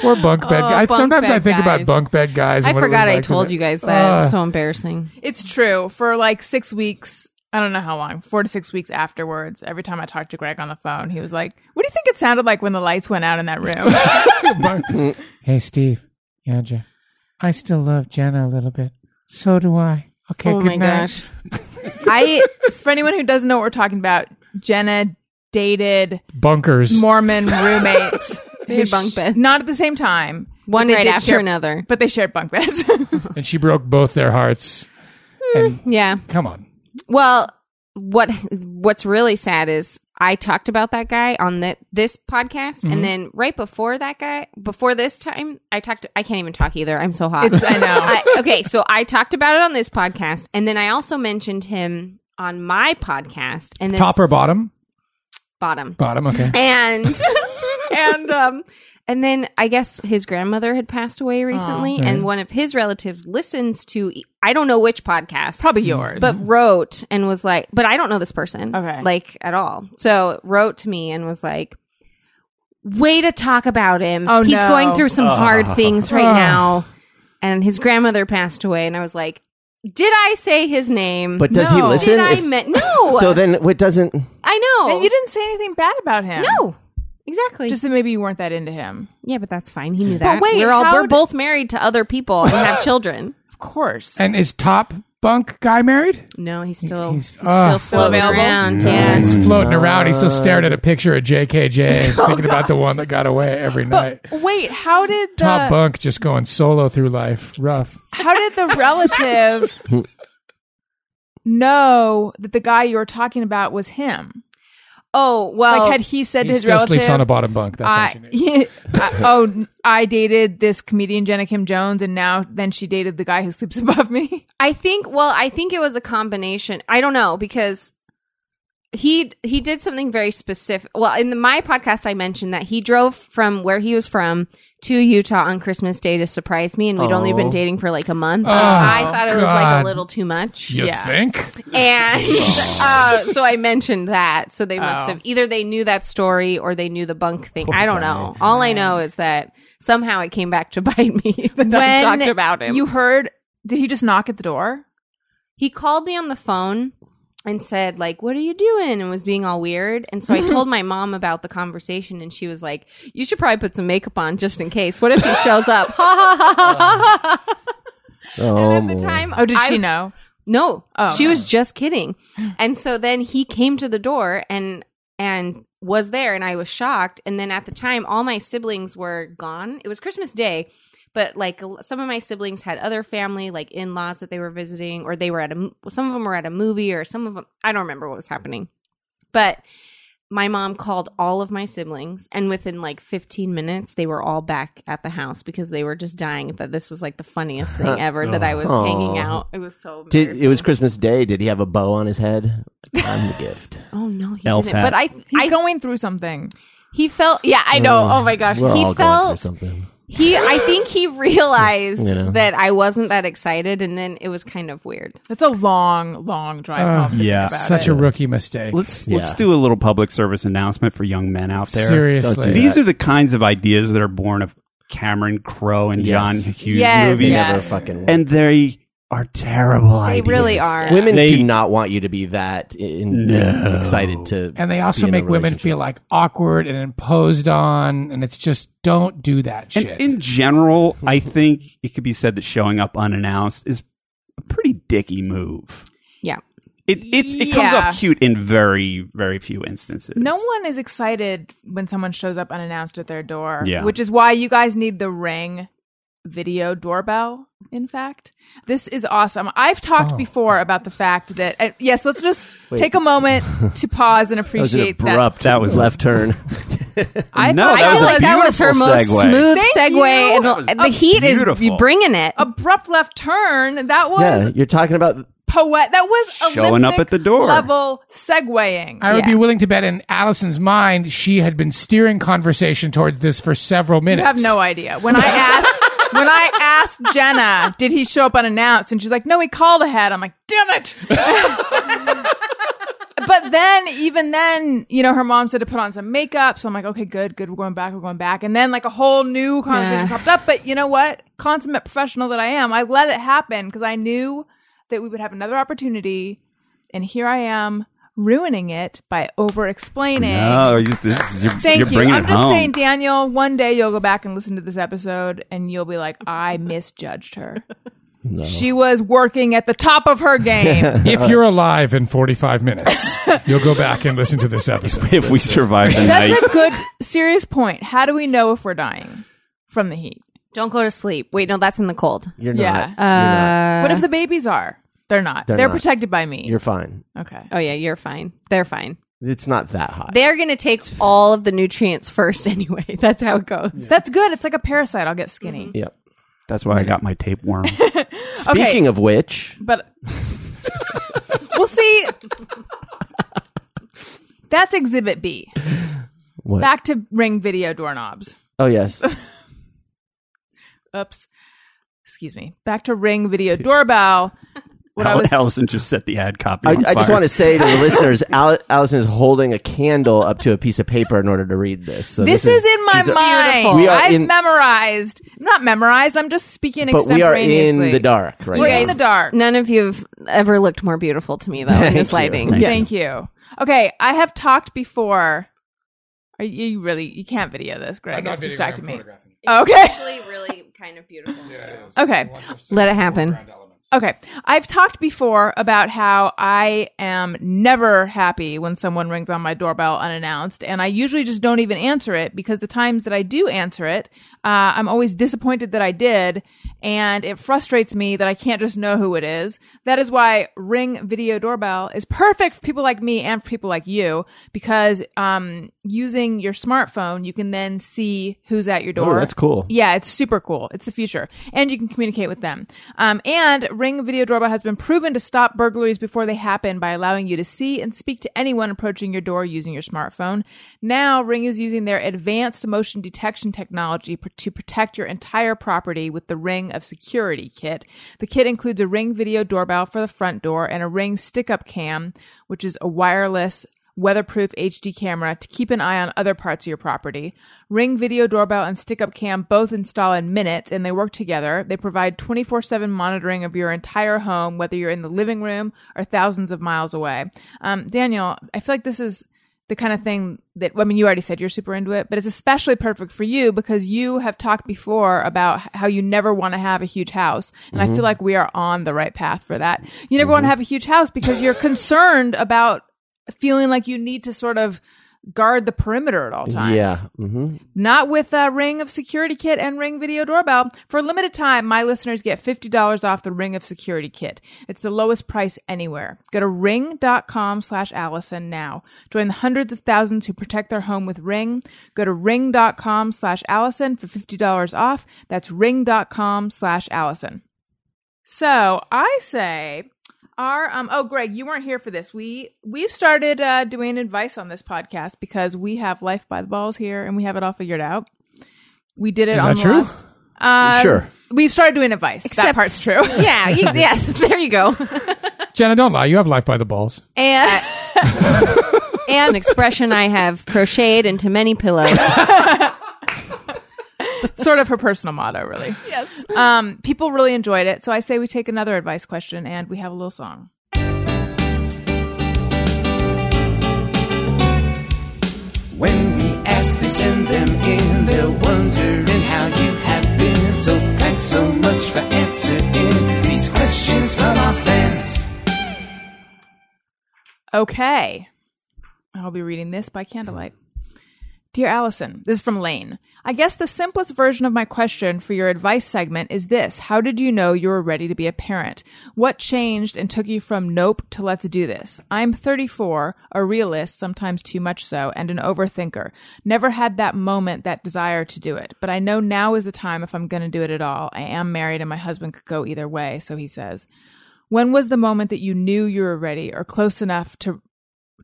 S3: Poor bunk bed
S4: Oh,
S3: guys.
S4: bunk
S3: Sometimes I
S4: bed
S3: think about
S4: guys.
S3: bunk bed guys.
S4: I
S3: and what it was
S4: forgot I
S3: like to
S4: told
S3: them.
S4: you guys that.
S3: Uh,
S4: it's so embarrassing.
S2: It's true. For like six weeks, I don't know how long, four to six weeks afterwards, every time I talked to Greg on the phone, he was like, What do you think it sounded like when the lights went out in that room?
S3: Bunk- hey, Steve, Andrea, I still love Jenna a little bit. So do I. Okay,
S4: oh
S3: good
S4: my
S3: night.
S4: gosh. I
S2: For anyone who doesn't know what we're talking about, Jenna dated
S3: Bunkers.
S2: Mormon roommates.
S4: They had bunk beds.
S2: Not at the same time.
S4: one
S2: but they
S4: right
S2: did
S4: after
S2: share-
S4: another.
S2: But they shared bunk beds.
S3: and she broke both their hearts. And
S4: Yeah.
S3: come on.
S4: Well, what what's really sad is I talked about that guy on the, this podcast,
S1: Mm-hmm.
S4: and then right before that guy, before this time, I talked. I can't even talk either. I'm so hot.
S2: It's- I know.
S4: I- okay, so I talked about it on this podcast, and then I also mentioned him on my podcast, and then
S3: Top or bottom?
S4: bottom,
S3: Bottom, okay.
S4: and and um and then I guess his grandmother had passed away recently, and one of his relatives listens to I don't know which podcast,
S2: Probably yours.
S4: Mm. but wrote and was like, but I don't know this person,
S2: Okay.
S4: like at all. So wrote to me and was like, way to talk about him.
S2: Oh,
S4: he's
S2: no.
S4: going through some hard things right
S3: Ugh.
S4: now, and his grandmother passed away. And I was like, did I say his name?
S1: But does he
S2: No.
S1: listen?
S4: did I
S1: If-
S4: meant no?
S1: so then, what doesn't?
S4: I know
S2: and you didn't say anything bad about him.
S4: No, exactly.
S2: Just that maybe you weren't that into him.
S4: yeah, but that's fine. He knew that.
S2: wait,
S4: we're all
S2: how
S4: we're
S2: did-
S4: both married to other people and have children.
S2: Of course.
S3: And is top bunk guy married?
S4: No, he's still
S3: He's-
S4: he's,
S3: ah,
S4: still floating
S2: available?
S4: around.
S6: No.
S4: Yeah.
S3: He's floating around. He's still staring at a picture of JKJ, thinking about the one that got away every night.
S2: Oh, but wait, how did the
S3: Top bunk just going solo through life. Rough.
S2: how did the relative know that the guy you were talking about was him?
S4: Oh well,
S2: Like, had he said
S3: He
S2: to his
S3: still
S2: relative,
S3: sleeps on a bottom bunk. That's how she
S2: I,
S3: knew.
S2: yeah, I- oh, n- I dated this comedian Jenna Kim Jones, and now then she dated the guy who sleeps above me.
S4: I think well, I think it was a combination. I don't know because he he did something very specific. Well, in the, my podcast I mentioned that he drove from where he was from to Utah on Christmas Day to surprise me and we'd only been dating for like a month. I thought it was like
S3: Oh. God.
S4: a little too much.
S3: You
S2: Yeah.
S3: think?
S4: And uh, so I mentioned that. So they must
S2: Oh.
S4: have either they knew that story or they knew the bunk thing. I don't know. All I know is that somehow it came back to bite me that I talked about him.
S2: you heard, did he just knock at the door?
S4: he called me on the phone and said like what are you doing and was being all weird and so i told my mom about the conversation and she was like you should probably put some makeup on just in case what if he shows up ha ha ha ha ha ha
S1: Oh,
S4: and at
S1: boy.
S4: the time
S2: Oh, did
S4: I-
S2: she know?
S4: no
S2: Oh.
S4: she was just kidding and so then he came to the door and and was there and i was shocked and then at the time all my siblings were gone it was christmas day but like l- some of my siblings had other family like in-laws that they were visiting or they were at a m- some of them were at a movie or some of them i don't remember what was happening but my mom called all of my siblings and within like 15 minutes they were all back at the house because they were just dying that this was like the funniest thing ever that i was
S1: Aw.
S4: hanging out it was so
S1: Did, it was
S4: embarrassing.
S1: Christmas Day. Did he have a bow on his head? I'm the gift.
S4: oh no he
S6: Elf
S4: didn't
S6: hat.
S4: but i
S2: He's
S4: i
S2: going through something.
S4: he felt yeah i know oh my gosh
S1: Uh, We're
S4: he
S1: all going through
S4: felt
S1: something.
S4: He, I think he realized
S1: You know.
S4: that I wasn't that excited, and then it was kind of weird.
S2: It's a long, long drive
S3: Oh,
S2: home. to
S6: yeah.
S2: think about
S3: Such
S2: it.
S3: a rookie mistake.
S6: Let's
S1: Yeah.
S6: let's do a little public service announcement for young men out there.
S1: Don't do
S3: Seriously.
S1: that.
S6: These are the kinds of ideas that are born of Cameron Crowe and
S1: Yes.
S6: John Hughes
S4: Yes.
S6: movies,
S1: They
S4: Yeah.
S1: never fucking.
S6: and they are terrible
S4: They
S6: ideas.
S4: really are.
S1: women
S6: They-
S1: do not want you to be that in,
S6: No.
S1: excited to.
S3: And they
S1: be
S3: also
S1: in a
S3: make women
S1: relationship.
S3: feel like awkward and imposed on, and it's just don't do that
S6: And
S3: shit.
S6: in general, I think it could be said that showing up unannounced is a pretty dicky move.
S4: Yeah.
S6: It it, it comes
S2: Yeah.
S6: off cute in very very few instances.
S2: No one is excited when someone shows up unannounced at their door,
S6: Yeah.
S2: which is why you guys need the ring video doorbell. In fact, this is awesome. I've talked
S3: Oh.
S2: before about the fact that uh, yes, let's just
S1: Wait.
S2: take a moment to pause and
S1: That was an
S2: appreciate that.
S1: abrupt.
S6: That was-
S1: left turn.
S2: I
S6: No,
S2: thought
S6: that
S4: I
S6: was
S4: feel
S6: a
S4: like that was her
S6: beautiful
S4: most
S6: segue.
S4: smooth
S2: Thank you.
S4: segue,
S6: That
S4: and the
S6: was
S4: heat is
S6: beautiful.
S4: bringing it.
S2: abrupt left turn. That
S1: yeah,
S2: was
S1: you're talking about
S2: poet. That was
S6: Showing up
S2: Olympic
S6: at the door.
S2: level segueing.
S3: I would
S4: Yeah.
S3: be willing to bet in Allison's mind she had been steering conversation towards this for several minutes.
S2: You have no idea. When I asked when I asked Jenna, did he show up unannounced? And she's like, No, he called ahead. I'm like, damn it. but then even then, you know, her mom said to put on some makeup. So I'm like, okay, good, good, we're going back, we're going back. And then like a whole new conversation
S4: Yeah.
S2: popped up. But you know what? Consummate professional that I am, I let it happen because I knew that we would have another opportunity. And here I am ruining it by over explaining.
S6: No, you, this is, you're,
S2: Thank
S6: you're
S2: you.
S6: bringing
S2: I'm
S6: it
S2: just
S6: home.
S2: saying, Daniel, one day you'll go back and listen to this episode and you'll be like, I misjudged her. She was working at the top of her game.
S3: If you're alive in 45 minutes, you'll go back and listen to this episode.
S6: if we survive the night,
S2: That's a good, serious point. How do we know if we're dying from the heat?
S4: Don't go to sleep. Wait, no, that's in the cold.
S1: you're
S2: Yeah.
S1: not. You're not.
S4: Uh,
S2: what if the babies are? They're not. They're,
S1: They're not.
S2: protected by me.
S1: You're fine.
S2: okay.
S4: oh yeah, you're fine. They're fine.
S1: It's not that hot.
S4: They're gonna take all of the nutrients first anyway. That's how it goes.
S2: That's good. It's like a parasite. I'll get skinny.
S1: Yep.
S6: that's why I got my tapeworm.
S2: Okay.
S1: Speaking of which,
S2: But we'll see. That's exhibit B.
S1: what?
S2: Back to ring video doorknobs.
S1: oh yes,
S2: oops excuse me back to ring video doorbell what i
S6: Al-
S2: was
S6: Allison just set the ad copy.
S1: I,
S6: on
S1: I just
S6: fire.
S1: want to say to the listeners, Al- Allison is holding a candle up to a piece of paper in order to read this. So
S2: this, is, in my
S1: these are-
S2: mind
S1: We are
S2: i've
S1: in-
S2: memorized not memorized i'm just speaking
S1: but we are in
S2: extemporaneously.
S1: the dark right
S2: we're
S1: now.
S2: in the dark
S4: None of you have ever looked more beautiful to me though in this
S1: Thank you.
S4: lighting.
S6: Thank
S2: thank you okay i have talked before are you you really you can't video this greg it's distracting me okay
S4: actually really kind of beautiful.
S2: okay
S4: Let it happen.
S2: Okay. I've talked before about how I am never happy when someone rings on my doorbell unannounced, and I usually just don't even answer it because the times that I do answer it, uh, I'm always disappointed that I did, and it frustrates me that I can't just know who it is. That is why Ring Video Doorbell is perfect for people like me and for people like you because um, using your smartphone, you can then see who's at your door.
S1: Oh, that's cool.
S2: Yeah, it's super cool. It's the future. And you can communicate with them. Um, and Ring Video Doorbell has been proven to stop burglaries before they happen by allowing you to see and speak to anyone approaching your door using your smartphone. Now, Ring is using their advanced motion detection technology pr- to protect your entire property with the Ring of Security Kit. The kit includes a Ring Video Doorbell for the front door and a Ring Stick Up Cam, which is a wireless weatherproof HD camera to keep an eye on other parts of your property. Ring Video Doorbell and Stick Up Cam both install in minutes and they work together. They provide 24 7 monitoring of your entire home, whether you're in the living room or thousands of miles away. Um, Daniel, I feel like this is the kind of thing that, I mean, you already said you're super into it, but it's especially perfect for you because you have talked before about h- how you never want to have a huge house. And I feel like we are on the right path for that. You never want to have a huge house because you're concerned about feeling like you need to sort of guard the perimeter at all times.
S1: Yeah. hmm
S2: Not with uh, Ring of Security Kit and Ring Video Doorbell. For a limited time, my listeners get $50 off the Ring of Security Kit. It's the lowest price anywhere. Go to ring.com slash Allison now. Join the hundreds of thousands who protect their home with Ring. Go to ring.com slash Allison for $50 off. That's ring.com slash Allison. So I say our um oh Greg, you weren't here for this. We we've started uh doing advice on this podcast because we have life by the balls here and we have it all figured out. We did it
S3: Is
S2: on
S3: that
S2: the
S3: true?
S2: last- Um,
S1: Sure.
S2: We've started doing advice. that part's true.
S4: yeah. Yes. yes there you go.
S3: Jenna, don't lie. You have life by the balls.
S2: And
S4: An expression I have crocheted into many pillows.
S2: sort of her personal motto, really. Yes. Um, people really enjoyed it. So I say we take another advice question and we have a little song.
S7: When we ask, they send them in. They're wondering how you have been. So thanks so much for answering these questions from our fans.
S2: Okay. I'll be reading this by candlelight. Dear Allison, this is from Lane. I guess the simplest version of my question for your advice segment is this How did you know you were ready to be a parent? What changed and took you from nope to let's do this? I'm 34, a realist, sometimes too much so, and an overthinker. Never had that moment, that desire to do it, but I know now is the time if I'm going to do it at all. I am married and my husband could go either way, so he says. When was the moment that you knew you were ready or close enough to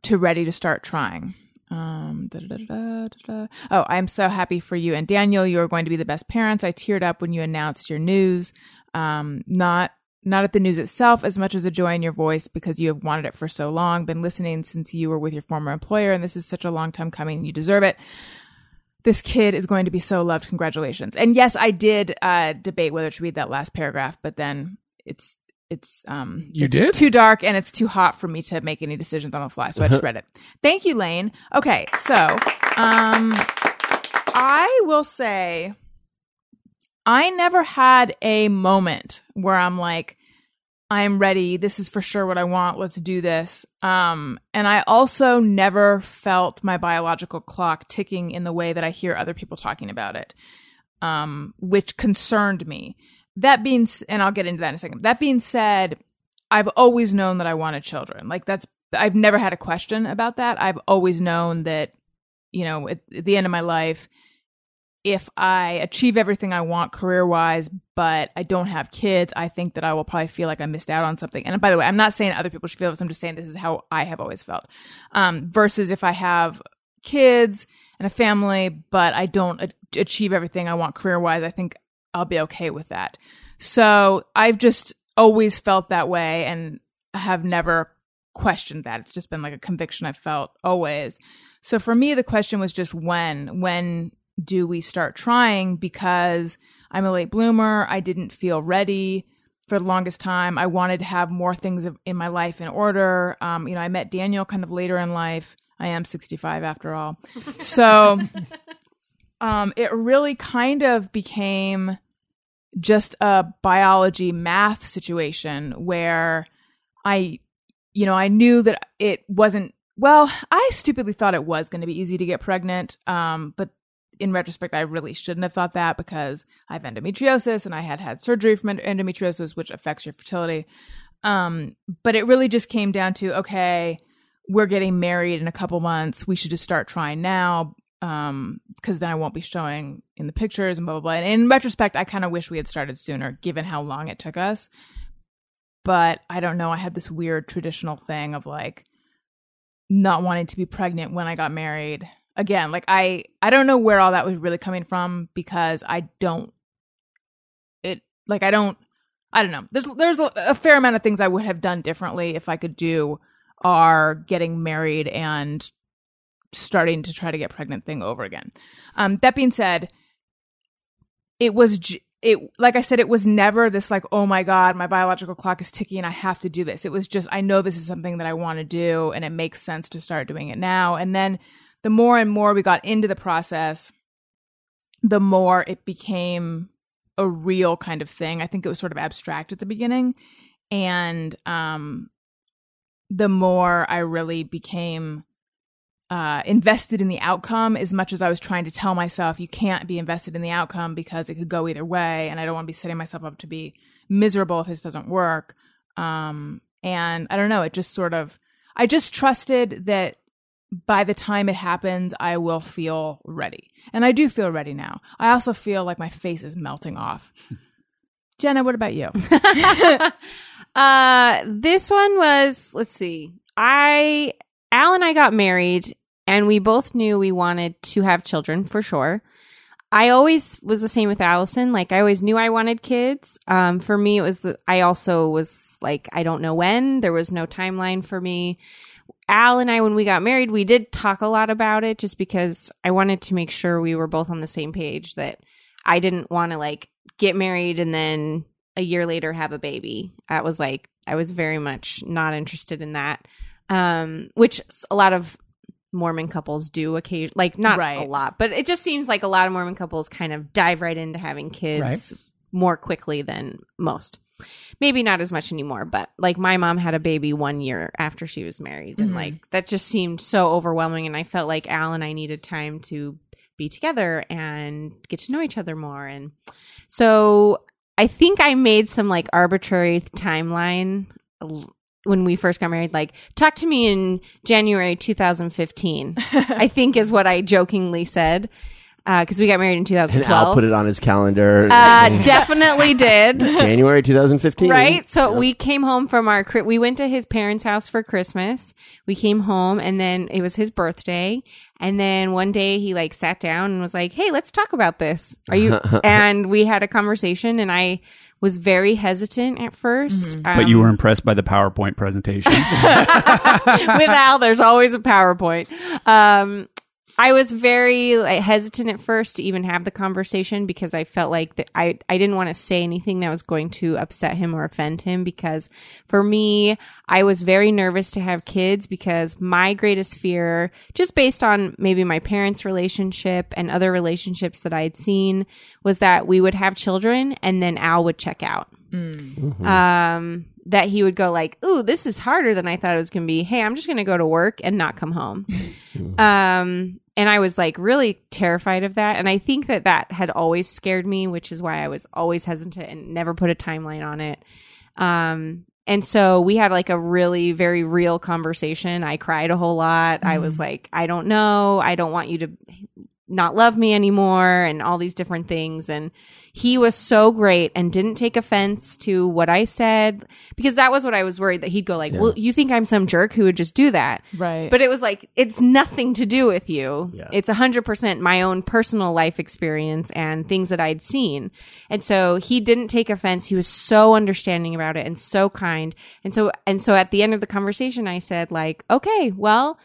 S2: to ready to start trying? Um, da, da, da, da, da, da. Oh, I'm so happy for you and Daniel. You are going to be the best parents. I teared up when you announced your news. Um, not not at the news itself as much as the joy in your voice because you have wanted it for so long, been listening since you were with your former employer, and this is such a long time coming. You deserve it this kid is going to be so loved. Congratulations. And yes, I did uh, debate whether to read that last paragraph, but then it's it's um
S3: You
S2: it's
S3: did?
S2: too dark and it's too hot for me to make any decisions on the fly, so I
S3: Uh-huh.
S2: just read it. Thank you, Lane. Okay, so um I will say I never had a moment where I'm like I'm ready. This is for sure what I want. Let's do this. Um, and I also never felt my biological clock ticking in the way that I hear other people talking about it, um, which concerned me. That being, s- and I'll get into that in a second. That being said, I've always known that I wanted children. Like that's, I've never had a question about that. I've always known that, you know, at, at the end of my life, if I achieve everything I want career wise, but I don't have kids, I think that I will probably feel like I missed out on something. And by the way, I'm not saying other people should feel this. I'm just saying this is how I have always felt. Um, versus if I have kids and a family, but I don't a- achieve everything I want career wise, I think I'll be okay with that. So I've just always felt that way and have never questioned that. It's just been like a conviction I've felt always. So for me, the question was just when? When do we start trying? Because I'm a late bloomer. I didn't feel ready for the longest time. I wanted to have more things of- in my life in order. Um, you know, I met Daniel kind of later in life. I am 65 after all. So um, it really kind of became just a biology math situation where I, you know, I knew that it wasn't. Well, I stupidly thought it was going to be easy to get pregnant, um, but in retrospect, I really shouldn't have thought that because I have endometriosis and I had had surgery from endo- endometriosis, which affects your fertility. Um, but it really just came down to okay, we're getting married in a couple months. We should just start trying now um because then i won't be showing in the pictures and blah blah blah and in retrospect i kind of wish we had started sooner given how long it took us but i don't know i had this weird traditional thing of like not wanting to be pregnant when i got married again like i i don't know where all that was really coming from because i don't it like i don't i don't know there's there's a, a fair amount of things i would have done differently if i could do are getting married and starting to try to get pregnant thing over again. Um, that being said, it was j- it like I said, it was never this like oh my god, my biological clock is ticking, I have to do this. It was just I know this is something that I want to do, and it makes sense to start doing it now. And then the more and more we got into the process, the more it became a real kind of thing. I think it was sort of abstract at the beginning, and um, the more I really became uh, invested in the outcome as much as I was trying to tell myself you can't be invested in the outcome because it could go either way, and I don't want to be setting myself up to be miserable if this doesn't work. Um, and I don't know, it just sort of, I just trusted that by the time it happens, I will feel ready, and I do feel ready now. I also feel like my face is melting off. Jenna, what about you?
S4: uh, this one was, let's see. I, Al and I got married and we both knew we wanted to have children for sure. I always was the same with Allison. Like I always knew I wanted kids. Um, for me, it was the, I also was like I don't know when. There was no timeline for me. Al and I, when we got married, we did talk a lot about it just because I wanted to make sure we were both on the same page that I didn't want to like get married and then a year later have a baby. That was like I was very much not interested in that. Um, which s- a lot of Mormon couples do occasion like not a
S2: Right.
S4: lot, but it just seems like a lot of Mormon couples kind of dive right into having kids
S3: Right.
S4: more quickly than most. Maybe not as much anymore, but like my mom had a baby one year after she was married, and
S2: Mhm.
S4: like that just seemed so overwhelming. And I felt like Al and I needed time to be together and get to know each other more. And so I think I made some like arbitrary timeline l- when we first got married, like, talk to me in January 2015, I think is what I jokingly said. Because we got married in
S1: And
S4: 2012.
S1: Al put it on his calendar.
S4: uh, definitely did.
S1: January 2015.
S4: Right? So we came home from our, cri- we went to his parents' house for Christmas. We came home and then it was his birthday. And then one day he like sat down and was like, Hey, let's talk about this. Are you, and we had a conversation and I was very hesitant at Um, 1st
S6: But
S2: Um,
S6: you were impressed by the PowerPoint presentation.
S4: with Al, there's always a PowerPoint. Um, I was very like, hesitant at first to even have the conversation because I felt like that I, I didn't want to say anything that was going to upset him or offend him because for me, I was very nervous to have kids because my greatest fear, just based on maybe my parents' relationship and other relationships that I had seen, was that we would have children and then Al would check out um, that he would go like, "Ooh, this is harder than I thought it was going to be. Hey, I'm just going to go to work and not come home." um, and I was like really terrified of that, and I think that that had always scared me, which is why I was always hesitant and never put a timeline on it. Um, and so we had like a really very real conversation. I cried a whole lot. I was like, "I don't know. I don't want you to." not love me anymore and all these different things and he was so great and didn't take offense to what I said because that was what I was worried that he'd go like, "Well, you think I'm some jerk who would just do that."
S2: Right.
S4: But it was like it's nothing to do with you.
S1: Yeah.
S4: It's 100% my own personal life experience and things that I'd seen. And so he didn't take offense. He was so understanding about it and so kind. And so and so at the end of the conversation I said like, "Okay, well,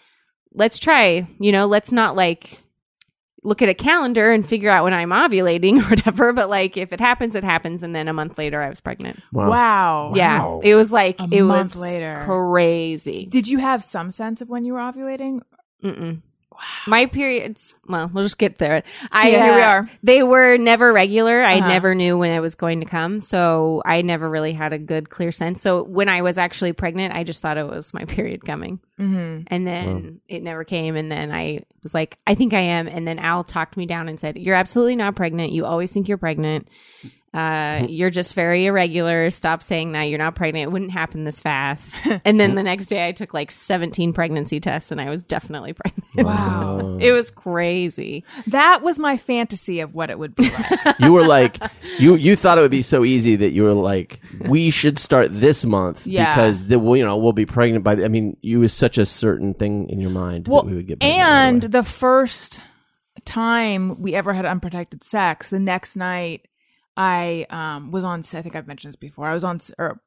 S4: let's try. You know, let's not like look at a calendar and figure out when I'm ovulating or whatever, but like if it happens, it happens. And then a month later, I was pregnant.
S1: Wow.
S2: Oh, wow.
S4: Yeah,
S3: Wow.
S4: it was like
S2: A
S4: it
S2: month
S4: was
S2: later.
S4: crazy.
S2: Did you have some sense of when you were ovulating?
S4: Mm-mm. My periods. Well, we'll just get there. I
S2: Yeah, here we
S4: uh,
S2: are.
S4: They were never regular. I
S2: Uh-huh.
S4: never knew when it was going to come, so I never really had a good clear sense. So when I was actually pregnant, I just thought it was my period coming.
S2: Mm-hmm.
S4: And then it never came. And then I was like, I think I am. And then Al talked me down and said, You're absolutely not pregnant. You always think you're pregnant. Uh, you're just very irregular. Stop saying that. You're not pregnant. It wouldn't happen this fast. and then the next day, I took like 17 pregnancy tests and I was definitely pregnant.
S2: Wow.
S4: it was crazy.
S2: That was my fantasy of what it would be like.
S1: you were like you you thought it would be so easy that you were like we should start this month
S2: Yeah.
S1: because the, well, you know we'll be pregnant by the, I mean you was such a certain thing in your mind that we would get pregnant right
S2: and
S1: away.
S2: the first time we ever had unprotected sex, the next night I um, was on. I think I've mentioned this before. I was on, or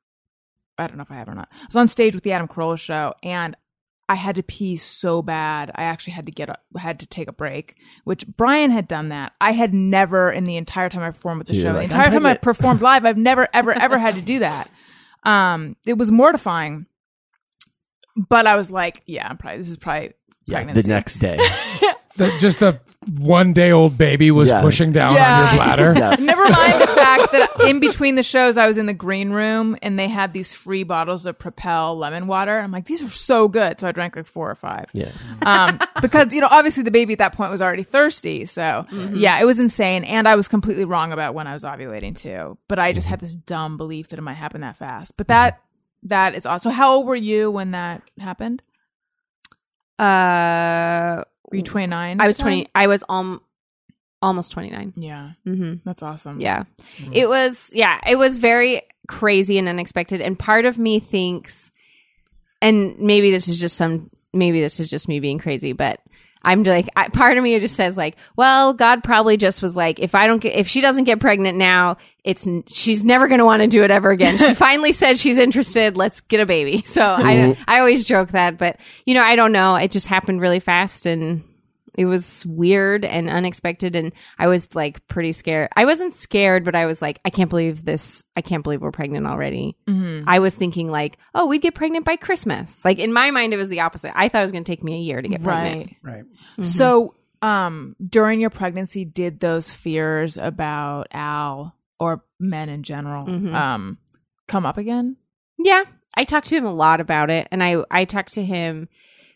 S2: I don't know if I have or not. I was on stage with the Adam Carolla show, and I had to pee so bad. I actually had to get a, had to take a break, which Brian had done that. I had never in the entire time I performed with the
S1: So you're
S2: show, the
S1: like,
S2: entire
S1: "I'm
S2: time I
S1: pregnant."
S2: performed live, I've never ever ever had to do that. Um, it was mortifying. But I was like, yeah, I'm probably this is probably
S1: yeah,
S2: pregnancy.
S1: the next day
S3: The, just the one day old baby was
S1: Yeah.
S3: pushing down on
S2: Yeah.
S3: your bladder.
S1: yeah
S2: Never mind the fact that in between the shows, I was in the green room and they had these free bottles of Propel lemon water. I'm like, these are so good. So I drank like four or five.
S1: yeah
S2: Um, because, you know, obviously the baby at that point was already thirsty. So
S4: Mm-hmm.
S2: yeah, it was insane. And I was completely wrong about when I was ovulating too. But I
S4: Mm-hmm.
S2: just had this dumb belief that it might happen that fast. But that, that is awesome. How old were you when that happened?
S4: Uh,
S2: Were you 29?
S4: I was 20. I was um, almost 29.
S2: Yeah.
S4: Mm-hmm.
S2: That's awesome.
S4: Yeah. It was, yeah, it was very crazy and unexpected. And part of me thinks, and maybe this is just some, maybe this is just me being crazy, but I'm like, I, part of me just says like, well, God probably just was like, if I don't get, if she doesn't get pregnant now, it's n- she's never going to want to do it ever again. She finally said she's interested. Let's get a baby. So I I always joke that, but you know, I don't know. It just happened really fast and it was weird and unexpected and i was like pretty scared i wasn't scared but i was like i can't believe this i can't believe we're pregnant already
S2: Mm-hmm.
S4: i was thinking like oh we'd get pregnant by christmas like in my mind it was the opposite i thought it was going to take me a year to get pregnant
S2: Right. Right.
S4: Mm-hmm.
S2: So, um, during your pregnancy, did those fears about Al or men in general
S4: Mm-hmm.
S2: um, come up again?
S4: yeah i talked to him a lot about it and i i talked to him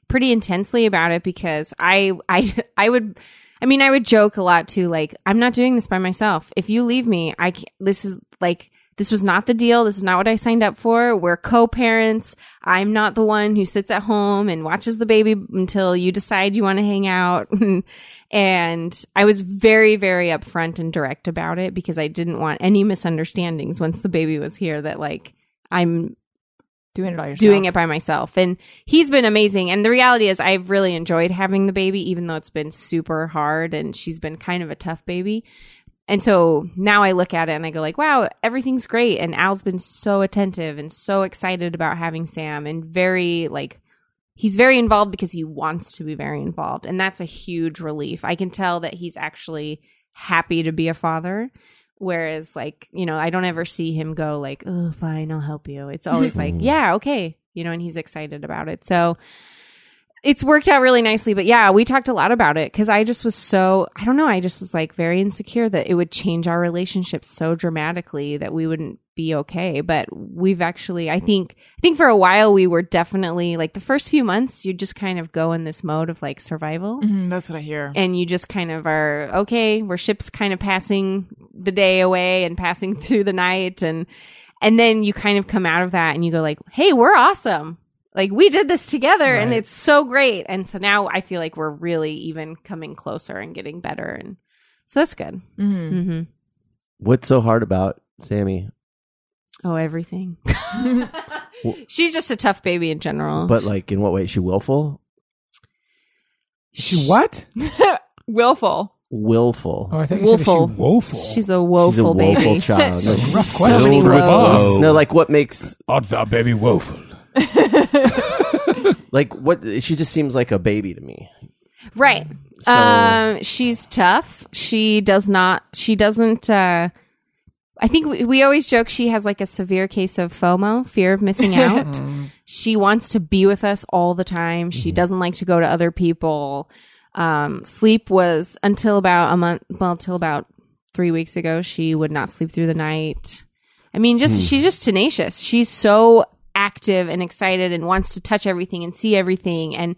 S4: pretty intensely about it because i i i would i mean i would joke a lot too like i'm not doing this by myself if you leave me i can't, this is like this was not the deal. This is not what I signed up for. We're co-parents. I'm not the one who sits at home and watches the baby until you decide you want to hang out. and I was very, very upfront and direct about it because I didn't want any misunderstandings once the baby was here that like I'm
S2: Doing it all yourself?
S4: doing it by myself. And he's been amazing. And the reality is, I've really enjoyed having the baby, even though it's been super hard and she's been kind of a tough baby. And so now I look at it and I go like, wow, everything's great. And Al's been so attentive and so excited about having Sam and very like he's very involved because he wants to be very involved. And that's a huge relief. I can tell that he's actually happy to be a father. Whereas like, you know, I don't ever see him go like, oh fine, I'll help you. It's always like, yeah, okay. You know, and he's excited about it. So it's worked out really nicely. But yeah, we talked a lot about it because I just was so, I don't know, I just was like very insecure that it would change our relationship so dramatically that we wouldn't be okay. But we've actually, I think, I think for a while we were definitely like the first few months, you just kind of go in this mode of like survival
S2: Mm, that's what I hear.
S4: and you just kind of are okay where ships kind of passing the day away and passing through the night and and then you kind of come out of that and you go like hey we're awesome like we did this together and it's so great and so now i feel like we're really even coming closer and getting better and so that's good
S2: Mhm.
S4: mm-hmm.
S1: What's so hard about Sammy?
S4: oh everything she's just a tough baby in general
S1: But like, in what way? Is she willful?
S3: She what?
S2: Willful.
S1: Willful.
S3: Oh, I think
S4: Woeful.
S3: You said she woeful.
S4: she's a
S1: She's a woeful
S4: woeful baby
S1: child. No, she's
S3: rough
S1: so
S3: question
S4: for a
S1: ruthless.
S3: mom.
S1: No, like what makes
S3: art thou baby woeful.
S1: like what? She just seems like a baby to me.
S4: Right.
S1: So-
S4: Um, she's tough. She does not. She doesn't. Uh, I think we, we always joke she has like a severe case of FOMO, fear of missing out. she wants to be with us all the time. She doesn't like to go to other people. Um, sleep was until about a month. Well, until about three weeks ago, she would not sleep through the night. I mean, just she's just tenacious. She's so active and excited and wants to touch everything and see everything. And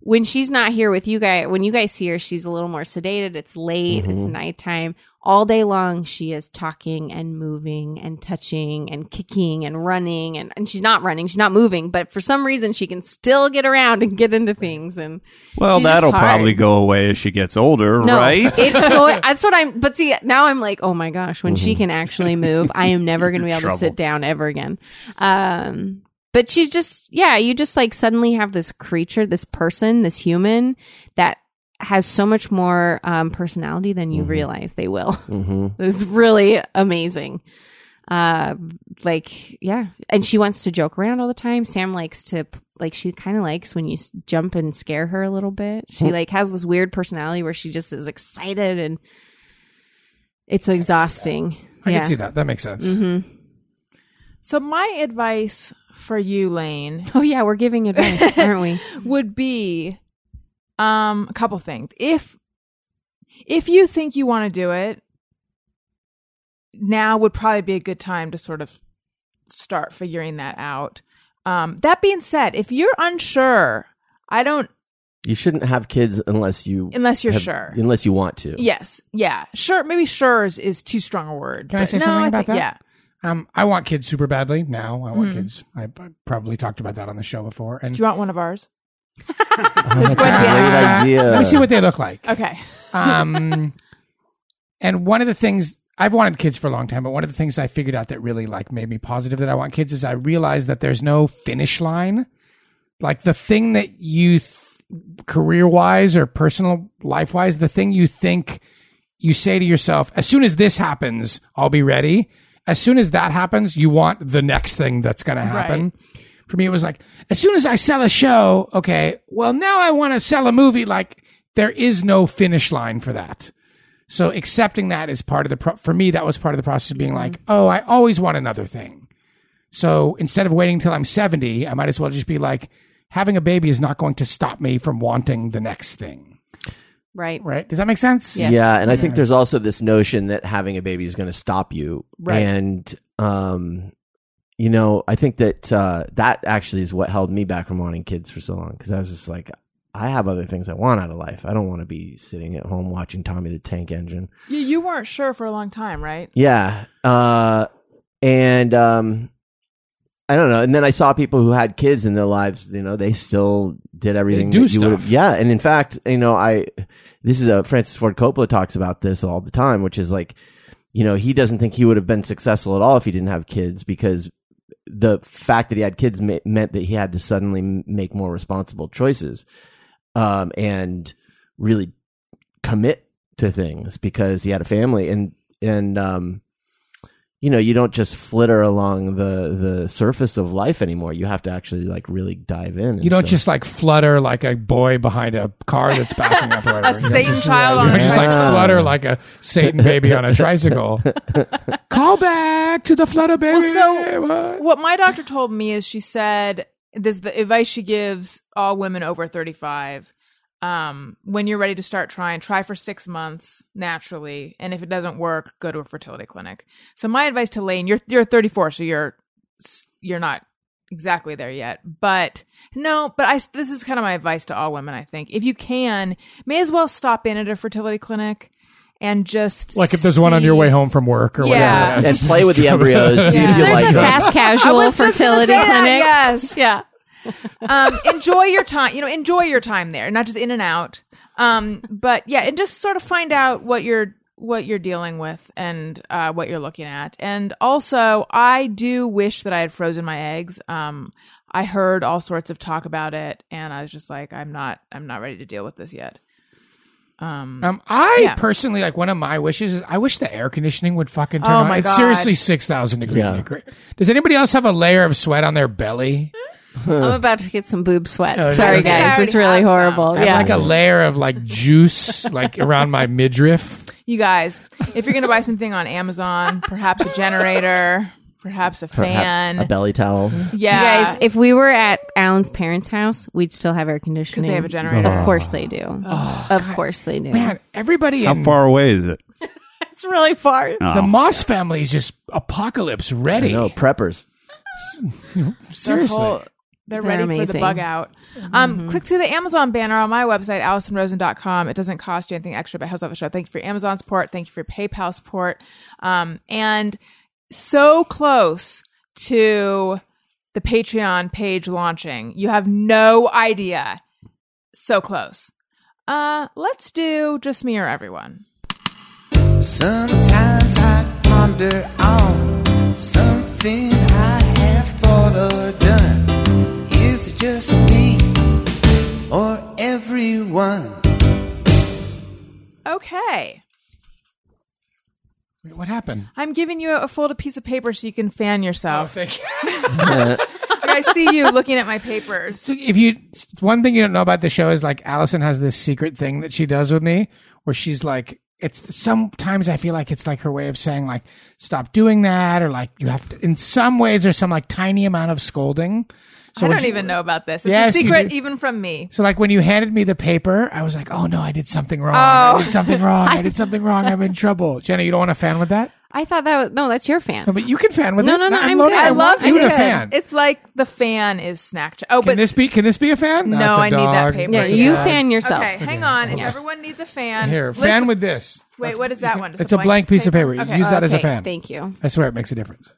S4: when she's not here with you guys, when you guys see her, she's a little more sedated. It's late. It's nighttime. All day long, she is talking and moving and touching and kicking and running. And, and she's not running. She's not moving. But for some reason, she can still get around and get into things. And
S6: Well,
S4: she's just
S6: that'll
S4: hard.
S6: probably go away as she gets older,
S4: No,
S6: right?
S4: It's going, that's what I'm. But see, now I'm like, oh my gosh, when she can actually move, I am never going to be able to sit down ever again. Um, but she's just, yeah, you just like suddenly have this creature, this person, this human that has so much more um, personality than you realize they will.
S1: hmm
S4: It's really amazing. Uh, like, yeah. And she wants to joke around all the time. Sam likes to, like, she kind of likes when you s- jump and scare her a little bit. She,
S2: Hmm.
S4: like, has this weird personality where she just is excited and it's exhausting.
S3: I
S4: yeah. Mm-hmm.
S3: can see that. That makes sense.
S2: So, my advice for you, Lane,
S4: Oh, yeah. We're giving advice, aren't we?
S2: would be um a couple things. If if you think you want to do it, now would probably be a good time to sort of start figuring that out. Um that being said, if you're unsure, I don't
S1: You shouldn't have kids unless you
S2: unless you're
S1: have-
S2: sure.
S1: Unless you want to.
S2: Yes. Yeah. Sure. Maybe sure is, is too strong a word.
S3: Can I
S2: but-
S3: say
S2: no,
S3: something about
S2: think-
S3: that?
S2: Yeah.
S3: Um, I want kids super badly now. I want
S1: Hmm.
S3: kids. I, I probably talked about that on the show before. And
S2: Do you want one of ours?
S1: that's a
S2: going to be
S1: great
S2: extra.
S1: idea.
S3: let me see what they look like.
S2: Okay.
S3: um, and one of the things I've wanted kids for a long time, but one of the things I figured out that really like made me positive that I want kids is I realized that there's no finish line. Like the thing that you th- career wise or personal life wise, the thing you think you say to yourself, as soon as this happens, I'll be ready. As soon as that happens, you want the next thing that's going to happen. For me, it was like, as soon as I sell a show, okay, well, now I want to sell a movie. Like, there is no finish line for that. So accepting that is part of the pro- for me that was part of the process of being like, oh, I always want another thing. So instead of waiting until I'm 70, I might as well just be like, having a baby is not going to stop me from wanting the next thing.
S4: Right.
S3: Right? Does that make sense?
S4: Yes.
S1: Yeah, and I think there's also this notion that having a baby is going to stop you,
S3: Right.
S1: and um, you know, I think that uh, that actually is what held me back from wanting kids for so long because I was just like, I have other things I want out of life. I don't want to be sitting at home watching Tommy the Tank Engine.
S2: You, you weren't sure for a long time, right?
S1: Yeah. Uh, and um, I don't know. And then I saw people who had kids in their lives. You know, they still did everything.
S3: do
S1: that you would've-
S3: stuff.
S1: Yeah. And in fact, you know, I this is a Francis Ford Coppola talks about this all the time, which is like, you know, he doesn't think he would have been successful at all if he didn't have kids because the fact that he had kids me- meant that he had to suddenly m- make more responsible choices um, and really commit to things because he had a family and and um, you know you don't just flitter along the the surface of life anymore. You have to actually like really dive in.
S3: You don't just like flutter like a boy behind a car that's backing up. Or whatever.
S2: A Satan child
S3: You
S2: on
S3: don't
S2: a
S3: just like
S1: Yeah.
S3: flutter like a Satan baby on a tricycle. Call back to the flutter baby.
S2: Well, so what my doctor told me is she said this the advice she gives all women over 35 um when you're ready to start trying try for 6 months naturally and if it doesn't work go to a fertility clinic. So my advice to Lane you're you're 34 so you're you're not exactly there yet but no but i this is kind of my advice to all women i think if you can may as well stop in at a fertility clinic and just
S3: like if there's one on your
S2: see-
S3: way home from work or
S2: Yeah.
S3: whatever.
S1: and play with the embryos. See if
S2: Yeah.
S1: you
S4: There's
S1: like
S4: a
S1: them.
S4: fast
S2: I
S4: casual
S2: was just gonna
S4: fertility
S2: say that,
S4: clinic.
S2: yes
S4: Yeah.
S2: um, enjoy your time. You know, enjoy your time there, not just in and out. Um, but yeah, and just sort of find out what you're what you're dealing with and uh, what you're looking at. And also, I do wish that I had frozen my eggs. Um, I heard all sorts of talk about it, and I was just like, I'm not, I'm not ready to deal with this yet. Um,
S3: Um, I
S2: Yeah.
S3: personally like one of my wishes is I wish the air conditioning would fucking turn
S2: Oh
S3: on.
S2: my
S3: it's
S2: God.
S3: seriously six thousand degrees.
S1: Yeah.
S3: in here. Does anybody else have a layer of sweat on their belly?
S4: I'm about to get some boob sweat.
S3: Oh,
S4: Sorry,
S3: yeah.
S4: guys.
S2: I
S4: It's
S2: already
S4: really
S2: have some.
S4: horrible.
S3: I have
S4: Yeah.
S3: like a layer of like juice like around my midriff.
S2: you guys, if you're gonna buy something on Amazon, perhaps a generator, perhaps a fan,
S1: A belly towel.
S6: Mm-hmm.
S4: You
S2: yeah,
S4: guys, if we were at Alan's parents' house, we'd still have air conditioning.
S2: have a generator.
S4: Of course they do. of course they do.
S3: Man, everybody
S6: How
S3: in
S6: far away is it?
S4: It's really far.
S6: Oh.
S3: the Moss family is just apocalypse ready.
S1: No preppers.
S3: Seriously.
S2: Their whole- they're,
S4: They're
S2: ready for the
S4: amazing.
S2: bug out. Um, Click through the Amazon banner on my website, AllisonRosen.com. It doesn't cost you anything extra, but helps out the show. Thank you for your Amazon support. Thank you for your PayPal support. Um, and so close to the Patreon page launching. You have no idea. So close. Uh, let's do just me or everyone.
S7: Sometimes I ponder on something I have thought or done. Is it just me or everyone?
S2: Okay.
S3: Wait, what happened?
S2: I'm giving you a folded piece of paper so you can fan
S3: Oh,
S2: yourself.
S3: thank you.
S2: I see you looking at my papers.
S3: So if you one thing you don't know about the show is like Allison has this secret thing that she does with me where she's like it's sometimes I feel like it's like her way of saying like stop doing that or like you have to in some ways there's some like tiny amount of scolding. So
S2: I
S3: when
S2: don't
S3: she-
S2: even know about this. It's
S3: Yes,
S2: a
S3: you
S2: secret
S3: do.
S2: even from me.
S3: So like when you handed me the paper, I was like, oh no, I did something wrong. I
S2: Oh.
S3: did something wrong. I did something wrong. I'm in trouble. Jenna, you don't want to fan with that?
S4: I thought that was no, that's your fan.
S3: No, but you can fan with
S4: No,
S3: it.
S4: no, no, I'm
S3: loaded.
S4: good.
S2: I
S4: I
S2: love
S3: you to
S2: it.
S3: fan.
S2: It's like the fan is Snapchat. Oh,
S3: can
S2: but
S3: this be? Can this be a fan?
S2: No,
S3: it's a
S2: I need that
S3: dog.
S2: paper.
S4: yeah,
S3: It's a
S4: you
S3: dog.
S4: fan yourself.
S2: okay, hang on. If everyone needs a fan,
S3: Here,
S2: listen-
S3: fan with this.
S2: Wait,
S3: That's-
S2: what is
S3: you
S2: that
S3: can-
S2: one? Just
S3: It's a blank piece of paper. You
S2: Okay.
S3: Use that as a
S4: Okay,
S3: fan.
S4: Thank you.
S3: I swear it makes a difference.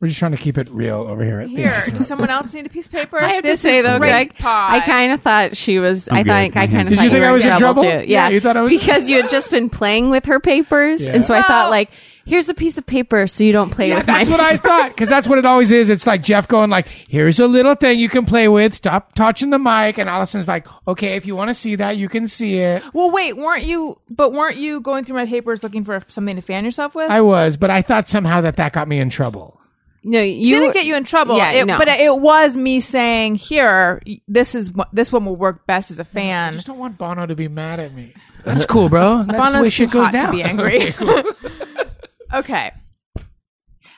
S3: We're just trying to keep it real over here. At the
S2: uh, Here,
S3: Amazon.
S2: does someone else need a piece of paper?
S4: I have
S2: This
S4: to say
S2: is
S4: though,
S2: great
S4: Greg,
S2: pod.
S4: I kind of thought she was. i
S6: I'm good.
S4: think I kind
S6: My
S4: of
S6: hands-
S4: thought
S3: Did you think
S4: were
S3: I was in trouble?
S4: too.
S3: Yeah, you thought I was-
S4: because you had just been playing with her papers,
S3: Yeah.
S4: and so I
S2: No.
S4: thought like here's a piece of paper so you don't play
S3: Yeah,
S4: with my
S3: that's what I thought because that's what it always is. It's like Jeff going like, "Here's a little thing you can play with. Stop touching the mic." And Allison's like, "Okay, if you want to see that, you can see it."
S2: Well, wait, weren't you? But weren't you going through my papers looking for something to fan yourself with?
S3: I was, but I thought somehow that that got me in trouble.
S4: No, you
S2: didn't get you in trouble.
S4: Yeah,
S2: it,
S4: no.
S2: but it was me saying, "Here, this is what- this one will work best as a
S3: I
S2: fan."
S3: just don't want Bono to be mad at me. That's cool, bro. That's
S2: Bono's
S3: the way shit
S2: too
S3: goes
S2: hot
S3: down.
S2: to be angry. okay.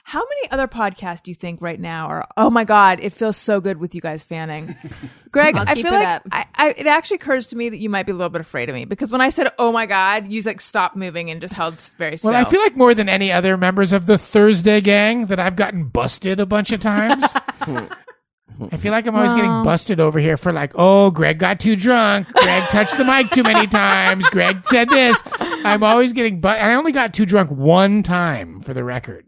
S2: How many other podcasts do you think right now are? Oh my god, it feels so good with you guys fanning. Greg,
S4: I'll
S2: I
S4: keep
S2: feel
S4: it
S2: like
S4: up.
S2: I, I, it actually occurs to me that you might be a little bit afraid of me because when I said "Oh my god," you like stopped moving and just held s- very still.
S3: Well, I feel like more than any other members of the Thursday gang that I've gotten busted a bunch of times. I feel like I'm always getting busted over here for like, oh, Greg got too drunk. Greg touched the mic too many times. Greg said this. I'm always getting but I only got too drunk one time for the record,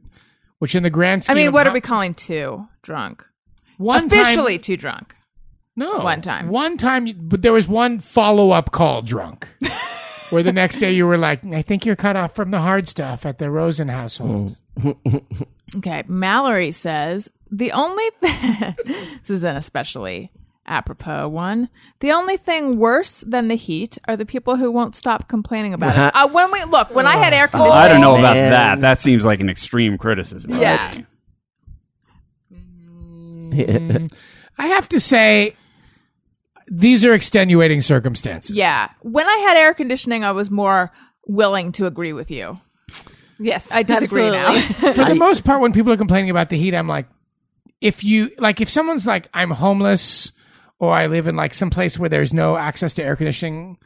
S3: which in the grand
S2: I
S3: scheme
S2: mean,
S3: of
S2: what
S3: how-
S2: are we calling two drunk?
S3: one time-
S2: Officially, too drunk.
S3: no.
S2: one time.
S3: One time, but there was one follow up call drunk. Where the next day you were like, I think you're cut off from the hard stuff at the Rosen household.
S2: Okay. Mallory says the only thing, this is an especially apropos one. The only thing worse than the heat are the people who won't stop complaining about it. Uh, when we look, when I had air conditioning,
S6: Oh, I don't know about
S1: man.
S6: that. That seems like an extreme criticism.
S2: Yeah.
S3: I have to say, these are extenuating circumstances.
S2: Yeah. When I had air conditioning, I was more willing to agree with you. Yes. I disagree now.
S3: For the most part, when people are complaining about the heat, I'm like, if you, like, if someone's like, I'm homeless or I live in like some place where there's no access to air conditioning,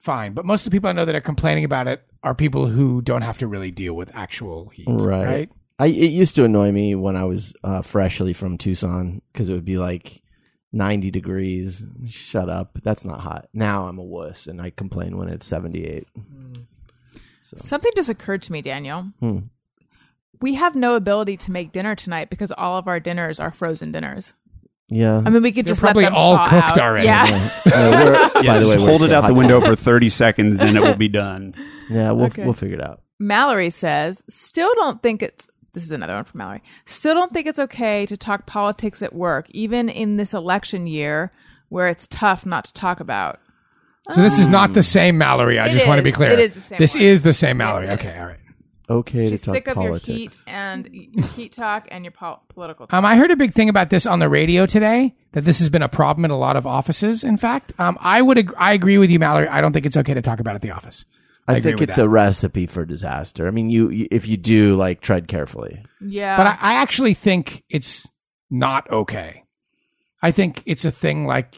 S3: fine. But most of the people I know that are complaining about it are people who don't have to really deal with actual heat.
S1: Right.
S3: Right.
S1: I it used to annoy me when I was uh, freshly from Tucson because it would be like 90 degrees. Shut up, that's not hot. Now I'm a wuss and I complain when it's 78.
S2: Something just occurred to me, Daniel.
S6: Hmm.
S2: We have no ability to make dinner tonight because all of our dinners are frozen dinners.
S1: Yeah.
S6: Hmm.
S2: I mean, we could
S3: They're
S2: just let
S3: probably
S2: them
S3: all
S2: thaw
S3: cooked
S2: out.
S3: already.
S2: Yeah.
S1: Uh, we're-
S6: Yeah,
S1: by the
S6: just
S1: way, we're
S6: hold it
S1: so
S6: out the
S1: hot.
S6: window for 30 seconds and it will be done.
S1: Yeah, we'll
S2: Okay.
S1: we'll figure it out.
S2: Mallory says, still don't think it's. This is another one from Mallory. Still don't think it's okay to talk politics at work, even in this election year where it's tough not to talk about.
S3: So this is not the same Mallory. I
S2: Um, It
S3: just want to be
S2: is.
S3: clear.
S2: It is the same
S3: This
S2: one.
S3: is the same Mallory.
S2: Yes, it
S3: okay.
S2: is.
S3: All right.
S1: Okay
S2: She's
S1: to talk
S2: sick of
S1: politics.
S2: your heat and your heat talk and your pol- political talk.
S3: Um, I heard a big thing about this on the radio today. That this has been a problem in a lot of offices. In fact, um, I would ag- I agree with you, Mallory. I don't think it's okay to talk about it at the office.
S1: I,
S3: agree
S1: think
S3: with
S1: it's
S3: that.
S1: a recipe for disaster. I mean, you, you if you do like tread carefully.
S2: Yeah.
S3: But I, I actually think it's not okay. I think it's a thing like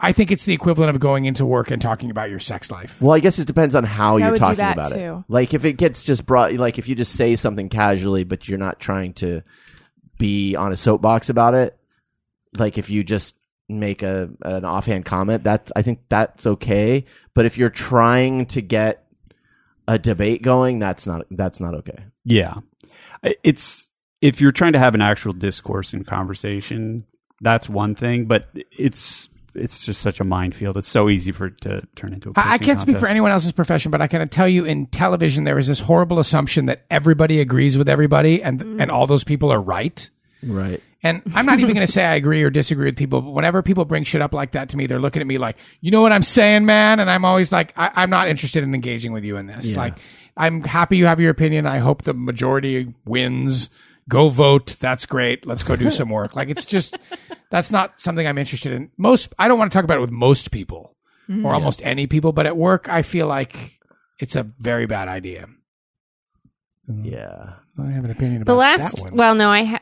S3: I think it's the equivalent of going into work and talking about your sex life.
S1: Well, I guess it depends on how
S2: See, I
S1: you're
S2: would do
S1: talking
S2: that
S1: about it.
S2: too.
S1: Like if it gets just brought, like if you just say something casually, but you're not trying to be on a soapbox about it. Like if you just make a an offhand comment, that I think that's okay. But if you're trying to get a debate going, that's not that's not okay.
S6: Yeah. I- It's if you're trying to have an actual discourse and conversation, that's one thing, but it's it's just such a minefield. It's so easy for it to turn into a
S3: I, I
S6: pissing
S3: can't speak for
S6: contest.
S3: anyone else's profession, but I can tell you in television there is this horrible assumption that everybody agrees with everybody and and all those people are right.
S1: Right.
S3: And I'm not even going to say I agree or disagree with people, but whenever people bring shit up like that to me, they're looking at me like, you know what I'm saying, man? And I'm always like, I- I'm not interested in engaging with you in this. Like, I'm happy you have your opinion. I hope the majority wins. Go vote. That's great. Let's go do some work. like, it's just, that's not something I'm interested in. Most, I don't want to talk about it with most people or almost any people, but at work, I feel like it's a very bad idea.
S1: Yeah.
S3: I have an opinion about
S4: the
S3: that
S4: last
S3: one.
S4: well no i had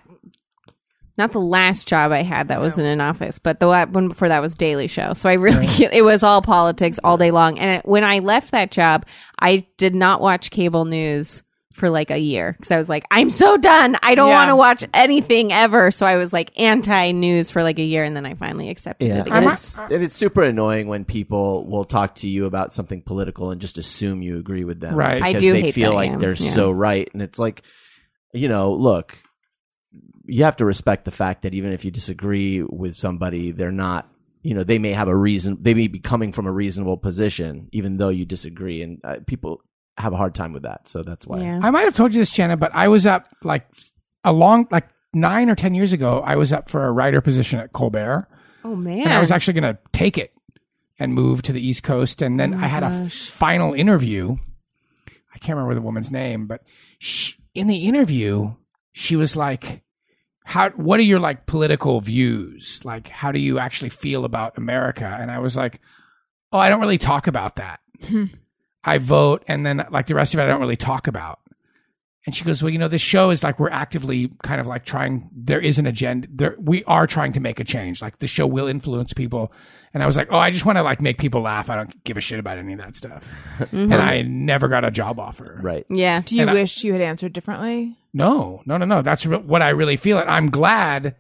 S4: not the last job i had that was in an office but the la- one before that was daily show so i really it was all politics all day long and it, when i left that job i did not watch cable news for like a year because i was like i'm so done i don't
S2: Yeah.
S4: want to watch anything ever so i was like anti-news for like a year and then i finally accepted
S1: Yeah,
S4: it
S1: and
S4: again.
S1: it's, and it's super annoying when people will talk to you about something political and just assume you agree with them.
S3: Right.
S4: I
S1: because
S4: do
S1: they
S4: hate
S1: feel
S4: that,
S1: like
S4: yeah,
S1: they're
S4: yeah.
S1: so right, and it's like, you know, look, you have to respect the fact that even if you disagree with somebody, they're not. You know, they may have a reason. They may be coming from a reasonable position, even though you disagree. And uh, people have a hard time with that. So that's why.
S4: Yeah.
S3: I might have told you this, Jenna, but I was up like a long, like nine or 10 years ago, I was up for a writer position at Colbert.
S4: Oh man.
S3: And I was actually going to take it and move to the East Coast. And then I had a final interview. I can't remember the woman's name, but sh in the interview, she was like, how, what are your like political views? Like, how do you actually feel about America? And I was like, oh, I don't really talk about that. I vote, and then like the rest of it, I don't really talk about. And she goes, well, you know, this show is like we're actively kind of like trying. There is an agenda. There, we are trying to make a change. Like the show will influence people. And I was like, oh, I just want to like make people laugh. I don't give a shit about any of that stuff.
S4: Mm-hmm.
S3: And I never got a job offer.
S1: Right.
S4: yeah.
S2: Do you
S3: And I-
S2: wish you had answered differently?
S3: No, no, no, no. That's re- what I really feel. And I'm glad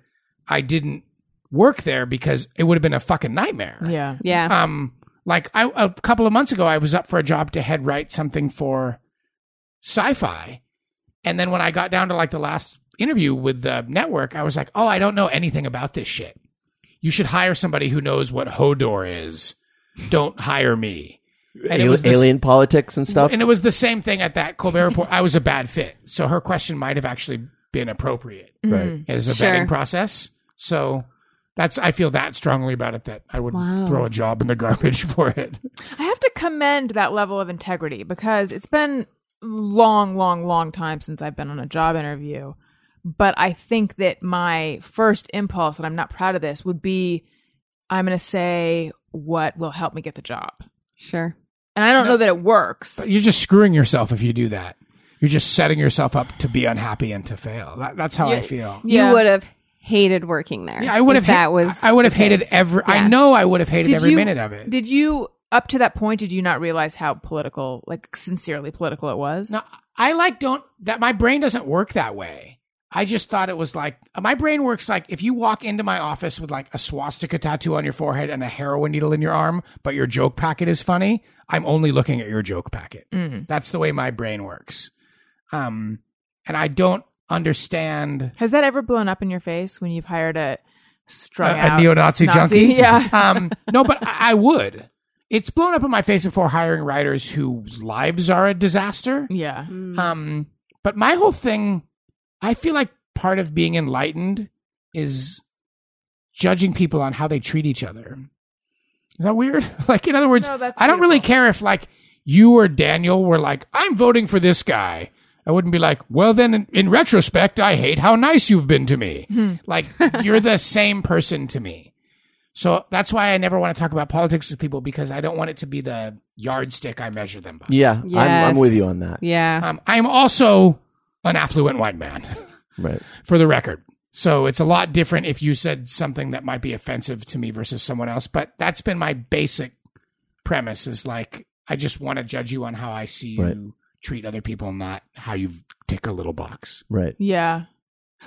S3: I didn't work there because it would have been a fucking nightmare.
S2: Yeah.
S4: Yeah.
S3: um like I, a couple of months ago i was up for a job to head write something for sci-fi and then when i got down to like the last interview with the network i was like oh i don't know anything about this shit you should hire somebody who knows what hodor is don't hire me and
S1: Al-
S3: the s-
S1: alien politics and stuff.
S3: Mm-hmm. and it was the same thing at that colbert report i was a bad fit so her question might have actually been appropriate
S1: right.
S3: as a
S4: Sure.
S3: vetting process so that's i feel that strongly about it that i would
S4: Wow.
S3: throw a job in the garbage for it
S2: I have to commend that level of integrity because it's been long, long, long time since I've been on a job interview. But I think that my first impulse, and I'm not proud of this, would be I'm going to say what will help me get the job.
S4: sure.
S2: And I don't know that it works.
S3: You're just screwing yourself if you do that. You're just setting yourself up to be unhappy and to fail. That, that's how I
S4: Yeah.
S3: feel.
S2: Yeah.
S4: You would have hated working there.
S3: Yeah, I would
S4: if
S3: have. ha-
S4: that was.
S3: I would have
S4: the
S3: hated
S4: case.
S3: every.
S4: Yeah.
S3: I know I would have hated every
S2: you,
S3: minute of it.
S2: Did you, up to that point, did you not realize how political, like sincerely political it was?
S3: no, I like don't that my brain doesn't work that way. I just thought it was like my brain works like if you walk into my office with like a swastika tattoo on your forehead and a heroin needle in your arm, but your joke packet is funny. I'm only looking at your joke packet.
S2: Mm.
S3: That's the way my brain works. Um, and I don't understand
S2: Has that ever blown up in your face when you've hired a strung
S3: a,
S2: out
S3: a neo-Nazi
S2: Nazi?
S3: junkie.
S2: Yeah.
S3: um, no, but I, I would. It's blown up in my face before hiring writers whose lives are a disaster.
S2: Yeah.
S4: Mm.
S3: Um, but my whole thing, I feel like part of being enlightened is judging people on how they treat each other. Is that weird? like, in other words,
S2: No, that's
S3: I don't really
S2: beautiful.
S3: care if like you or Daniel were like, I'm voting for this guy. I wouldn't be like, well, then in, in retrospect, I hate how nice you've been to me.
S2: Hmm.
S3: Like, you're the same person to me. So that's why I never want to talk about politics with people because I don't want it to be the yardstick I measure them by.
S1: Yeah. I'm, I'm with
S4: Yes.
S1: you on that.
S4: Yeah.
S3: Um, I'm also an affluent white man,
S1: Right.
S3: for the record. So it's a lot different if you said something that might be offensive to me versus someone else. But that's been my basic premise is like, I just want to judge you on how I see you
S1: Right.
S3: treat other people, not how you tick a little box.
S1: Right.
S2: Yeah.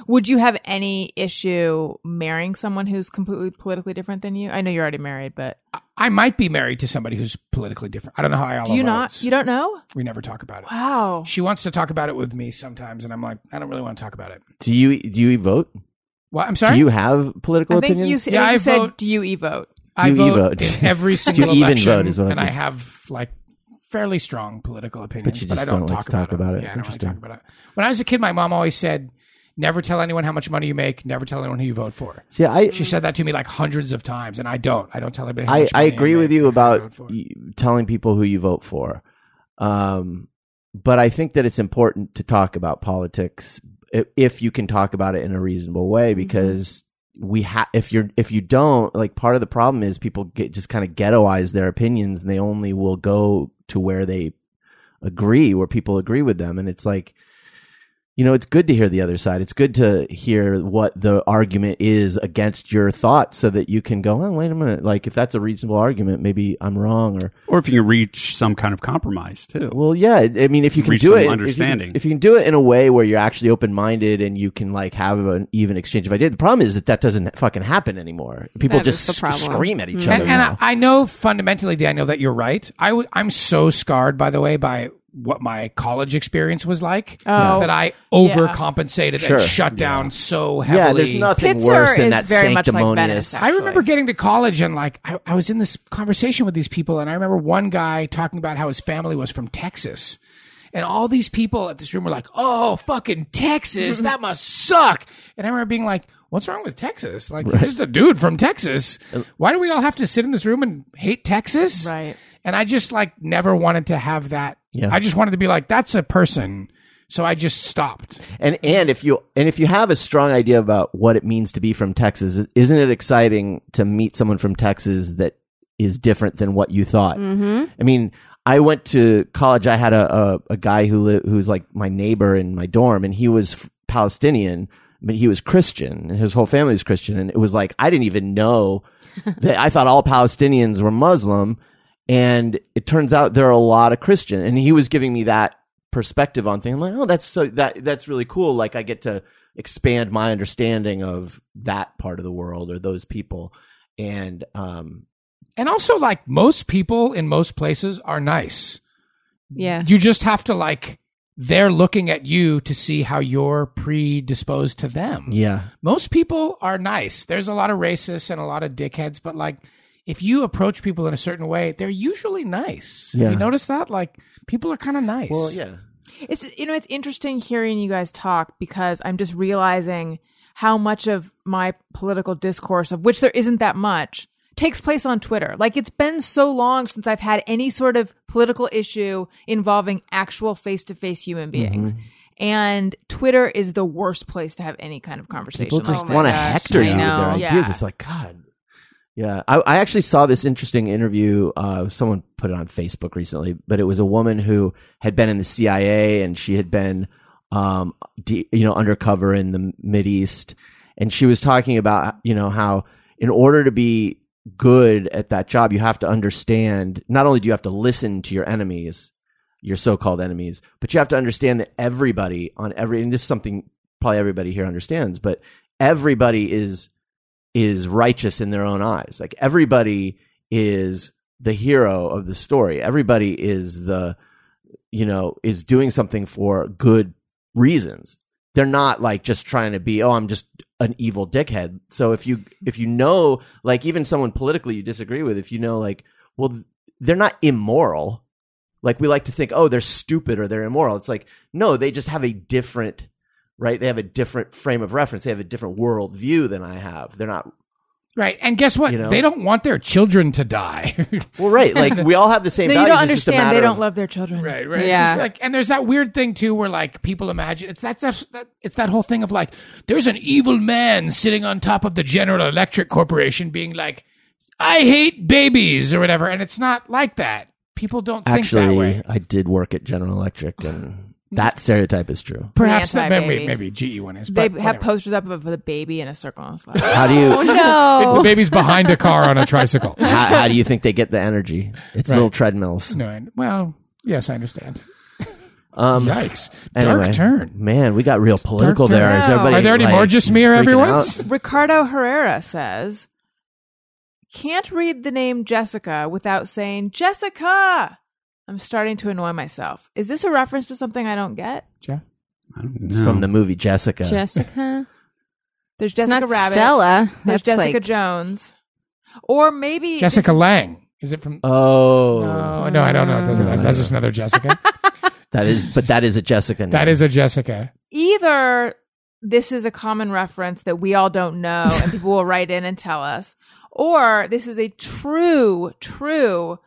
S2: Would you have any issue marrying someone who's completely politically different than you? I know you're already married, but
S3: I- I might be married to somebody who's politically different. I don't know how I all
S2: do you not? You don't know?
S3: We never talk about it.
S2: Wow.
S3: She wants to talk about it with me sometimes, and I'm like, I don't really want to talk about it.
S1: Do you do you vote?
S3: Well, I'm sorry.
S1: Do you have political
S2: I think
S1: opinions?
S2: you, s- I
S3: Yeah,
S2: think
S3: I
S2: you said,
S3: vote-
S2: do you e-vote?
S3: I
S1: you e-vote?
S3: vote, in every
S1: Do you
S3: single
S1: even
S3: election,
S1: vote is what I
S3: and
S1: said.
S3: I have like fairly strong political opinions,
S1: you
S3: but
S1: just
S3: I don't,
S1: don't like
S3: talk,
S1: to talk
S3: about,
S1: about
S3: it.
S1: it.
S3: Yeah, I don't really
S1: Interesting.
S3: talk about it. When I was a kid, my mom always said, "Never tell anyone how much money you make. Never tell anyone who you vote for."
S1: See, I
S3: She said that to me like hundreds of times, and I don't. I don't tell anybody. How
S1: I,
S3: much
S1: I
S3: money
S1: agree with
S3: make
S1: you
S3: or who I
S1: about
S3: vote for.
S1: y- telling people who you vote for. Um, but I think that it's important to talk about politics i- if you can talk about it in a reasonable way because we have if you're if you don't like part of the problem is people get just kind of ghettoize their opinions and they only will go to where they agree where people agree with them and it's like you know, it's good to hear the other side. It's good to hear what the argument is against your thoughts so that you can go, oh, wait a minute. Like, if that's a reasonable argument, maybe I'm wrong. Or,
S6: Or if you can reach some kind of compromise too.
S1: well, yeah. I mean, if you can
S6: Reach
S1: do
S6: some
S1: it, if you can-
S6: understanding.
S1: If you, can do it in a way where you're actually open minded and you can, like, have an even exchange of ideas, the problem is that that doesn't fucking happen anymore. People
S4: That
S1: just
S4: is the
S1: sc-
S4: problem.
S1: scream at each
S3: Mm-hmm. and,
S1: other.
S3: and
S1: now.
S3: I, I know fundamentally, Daniel, that you're right. I w- I'm so scarred, by the way, by what my college experience was like
S2: Oh.
S3: that I overcompensated
S1: Sure.
S3: and shut down so heavily.
S1: Yeah, there's nothing
S2: Pitzer
S1: worse than
S2: is
S1: that
S2: very much like
S1: sanctimonious.
S2: Benedict,
S3: I remember getting to college and like I, I was in this conversation with these people, and I remember one guy talking about how his family was from Texas. And all these people at this room were like, oh, fucking Texas, that must suck. And I remember being like, what's wrong with Texas? Like, it's just a dude from Texas. Why do we all have to sit in this room and hate Texas?
S2: Right.
S3: And I just like never wanted to have that.
S1: Yeah.
S3: I just wanted to be like, that's a person. So I just stopped.
S1: And and if you and if you have a strong idea about what it means to be from Texas, isn't it exciting to meet someone from Texas that is different than what you thought? Mm-hmm. I mean, I went to college. I had a a, a guy who li- who's like my neighbor in my dorm, and he was f- Palestinian, but he was Christian, and his whole family was Christian, and it was like I didn't even know that I thought all Palestinians were Muslim, and it turns out there are a lot of Christian, and he was giving me that perspective on things. I'm like, oh, that's so that that's really cool. Like I get to expand my understanding of that part of the world or those people. And um,
S3: And also, like, most people in most places are nice.
S4: Yeah.
S3: you just have to like they're looking at you to see how you're predisposed to them.
S1: yeah,
S3: Most people are nice. There's a lot of racists and a lot of dickheads, but like if you approach people in a certain way, they're usually nice. Have
S1: Yeah.
S3: you noticed that? Like people are kind of nice.
S1: well, yeah,
S2: It's you know it's interesting hearing you guys talk because I'm just realizing how much of my political discourse of which there isn't that much takes place on Twitter. Like it's been so long since I've had any sort of political issue involving actual face-to-face human
S1: Mm-hmm.
S2: beings. And Twitter is the worst place to have any kind of conversation. Oh
S1: people
S2: like
S1: just
S2: that.
S1: want to
S4: gosh,
S1: hector
S4: I
S1: you with their
S4: know.
S1: ideas.
S2: Yeah.
S1: It's like God. Yeah, I, I actually saw this interesting interview. Uh, someone put it on Facebook recently, but it was a woman who had been in the CIA and she had been, um, de- you know, undercover in the Mid East, and she was talking about you know how in order to be good at that job, you have to understand. Not only do you have to listen to your enemies, your so-called enemies, but you have to understand that everybody on every and this is something probably everybody here understands, but everybody is is righteous in their own eyes. Like everybody is the hero of the story. Everybody is the you know is doing something for good reasons. They're not like just trying to be oh I'm just an evil dickhead. So if you if you know like even someone politically you disagree with if you know like well th- they're not immoral. Like we like to think oh they're stupid or they're immoral. It's like no, they just have a different right? They have a different frame of reference. They have a different worldview than I have. They're not
S3: Right. And guess what?
S1: You know?
S3: They don't want their children to die.
S1: well, right? Like we all have the same.
S2: No, you
S1: values.
S2: don't
S1: It's just a
S2: understand. They
S1: matter
S2: don't
S1: of-
S2: love their children.
S3: Right, right. It's
S4: Yeah.
S3: just like, and there's that weird thing too, where like people imagine it's that, that's that it's that whole thing of like, there's an evil man sitting on top of the General Electric Corporation, being like, I hate babies or whatever, and it's not like that. People don't think that
S1: Actually,
S3: way.
S1: I did work at General Electric, and that stereotype is true.
S3: Perhaps that
S2: Anti-baby.
S3: maybe maybe GE one is.
S2: They
S3: but
S2: have
S3: whatever.
S2: posters up of a baby in a circle on a slide.
S1: How do you?
S3: the
S4: No.
S3: baby's behind a car on a tricycle.
S1: How, how do you think they get the energy? It's little treadmills.
S3: no, and- well, yes, I understand.
S1: Um,
S3: Yikes! Dark
S1: anyway,
S3: turn.
S1: man, we got real political
S3: turn.
S1: there. Is
S2: No.
S1: everybody?
S3: Are there any
S1: like,
S3: more just me
S1: freaking
S3: or
S1: out?
S3: everyone's?
S2: Ricardo Herrera says, can't read the name Jessica without saying Jessica. I'm starting to annoy myself. Is this a reference to something I don't get?
S3: Yeah.
S6: I don't
S1: It's
S6: know.
S1: from the movie Jessica.
S4: Jessica.
S2: There's
S4: It's
S2: Jessica
S4: not
S2: Rabbit.
S4: Stella.
S2: There's
S4: That's
S2: Jessica
S4: like,
S2: Jones. Or maybe this
S3: Jessica
S2: is-
S3: Lang. Is it from?
S1: Oh,
S3: no, no, I don't know. It doesn't.
S1: No, I
S3: that's
S1: don't
S3: just another Jessica.
S1: that is, but that is a Jessica.
S3: that
S1: name.
S3: is a Jessica.
S2: Either this is a common reference that we all don't know and people will write in and tell us, or this is a true, true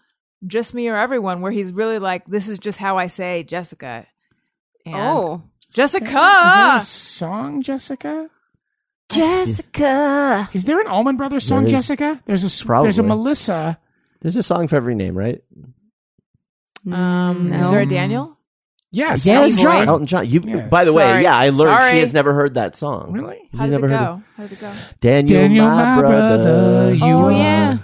S2: just me or everyone where he's really like, this is just how I say Jessica. And
S4: oh.
S2: Jessica!
S3: Is there a song, Jessica?
S4: Jessica.
S3: Is there an Allman Brothers song,
S1: There is.
S3: Jessica? There's a s- there's
S1: Probably.
S3: a Melissa.
S1: There's a song for every name, right? Mm,
S2: Um, Is there a Daniel?
S3: Yes,
S4: Yes.
S3: Elton John.
S1: Elton John. You,
S3: Yeah.
S1: by the way,
S2: Sorry.
S1: yeah, I learned she
S2: Sorry.
S1: has never heard that song.
S3: Really?
S2: How
S1: You
S2: did it
S1: never heard
S2: go? How did it go?
S1: Daniel,
S3: Daniel,
S1: my,
S3: my
S1: brother,
S3: brother,
S1: you
S3: you
S4: Oh
S1: are
S4: yeah.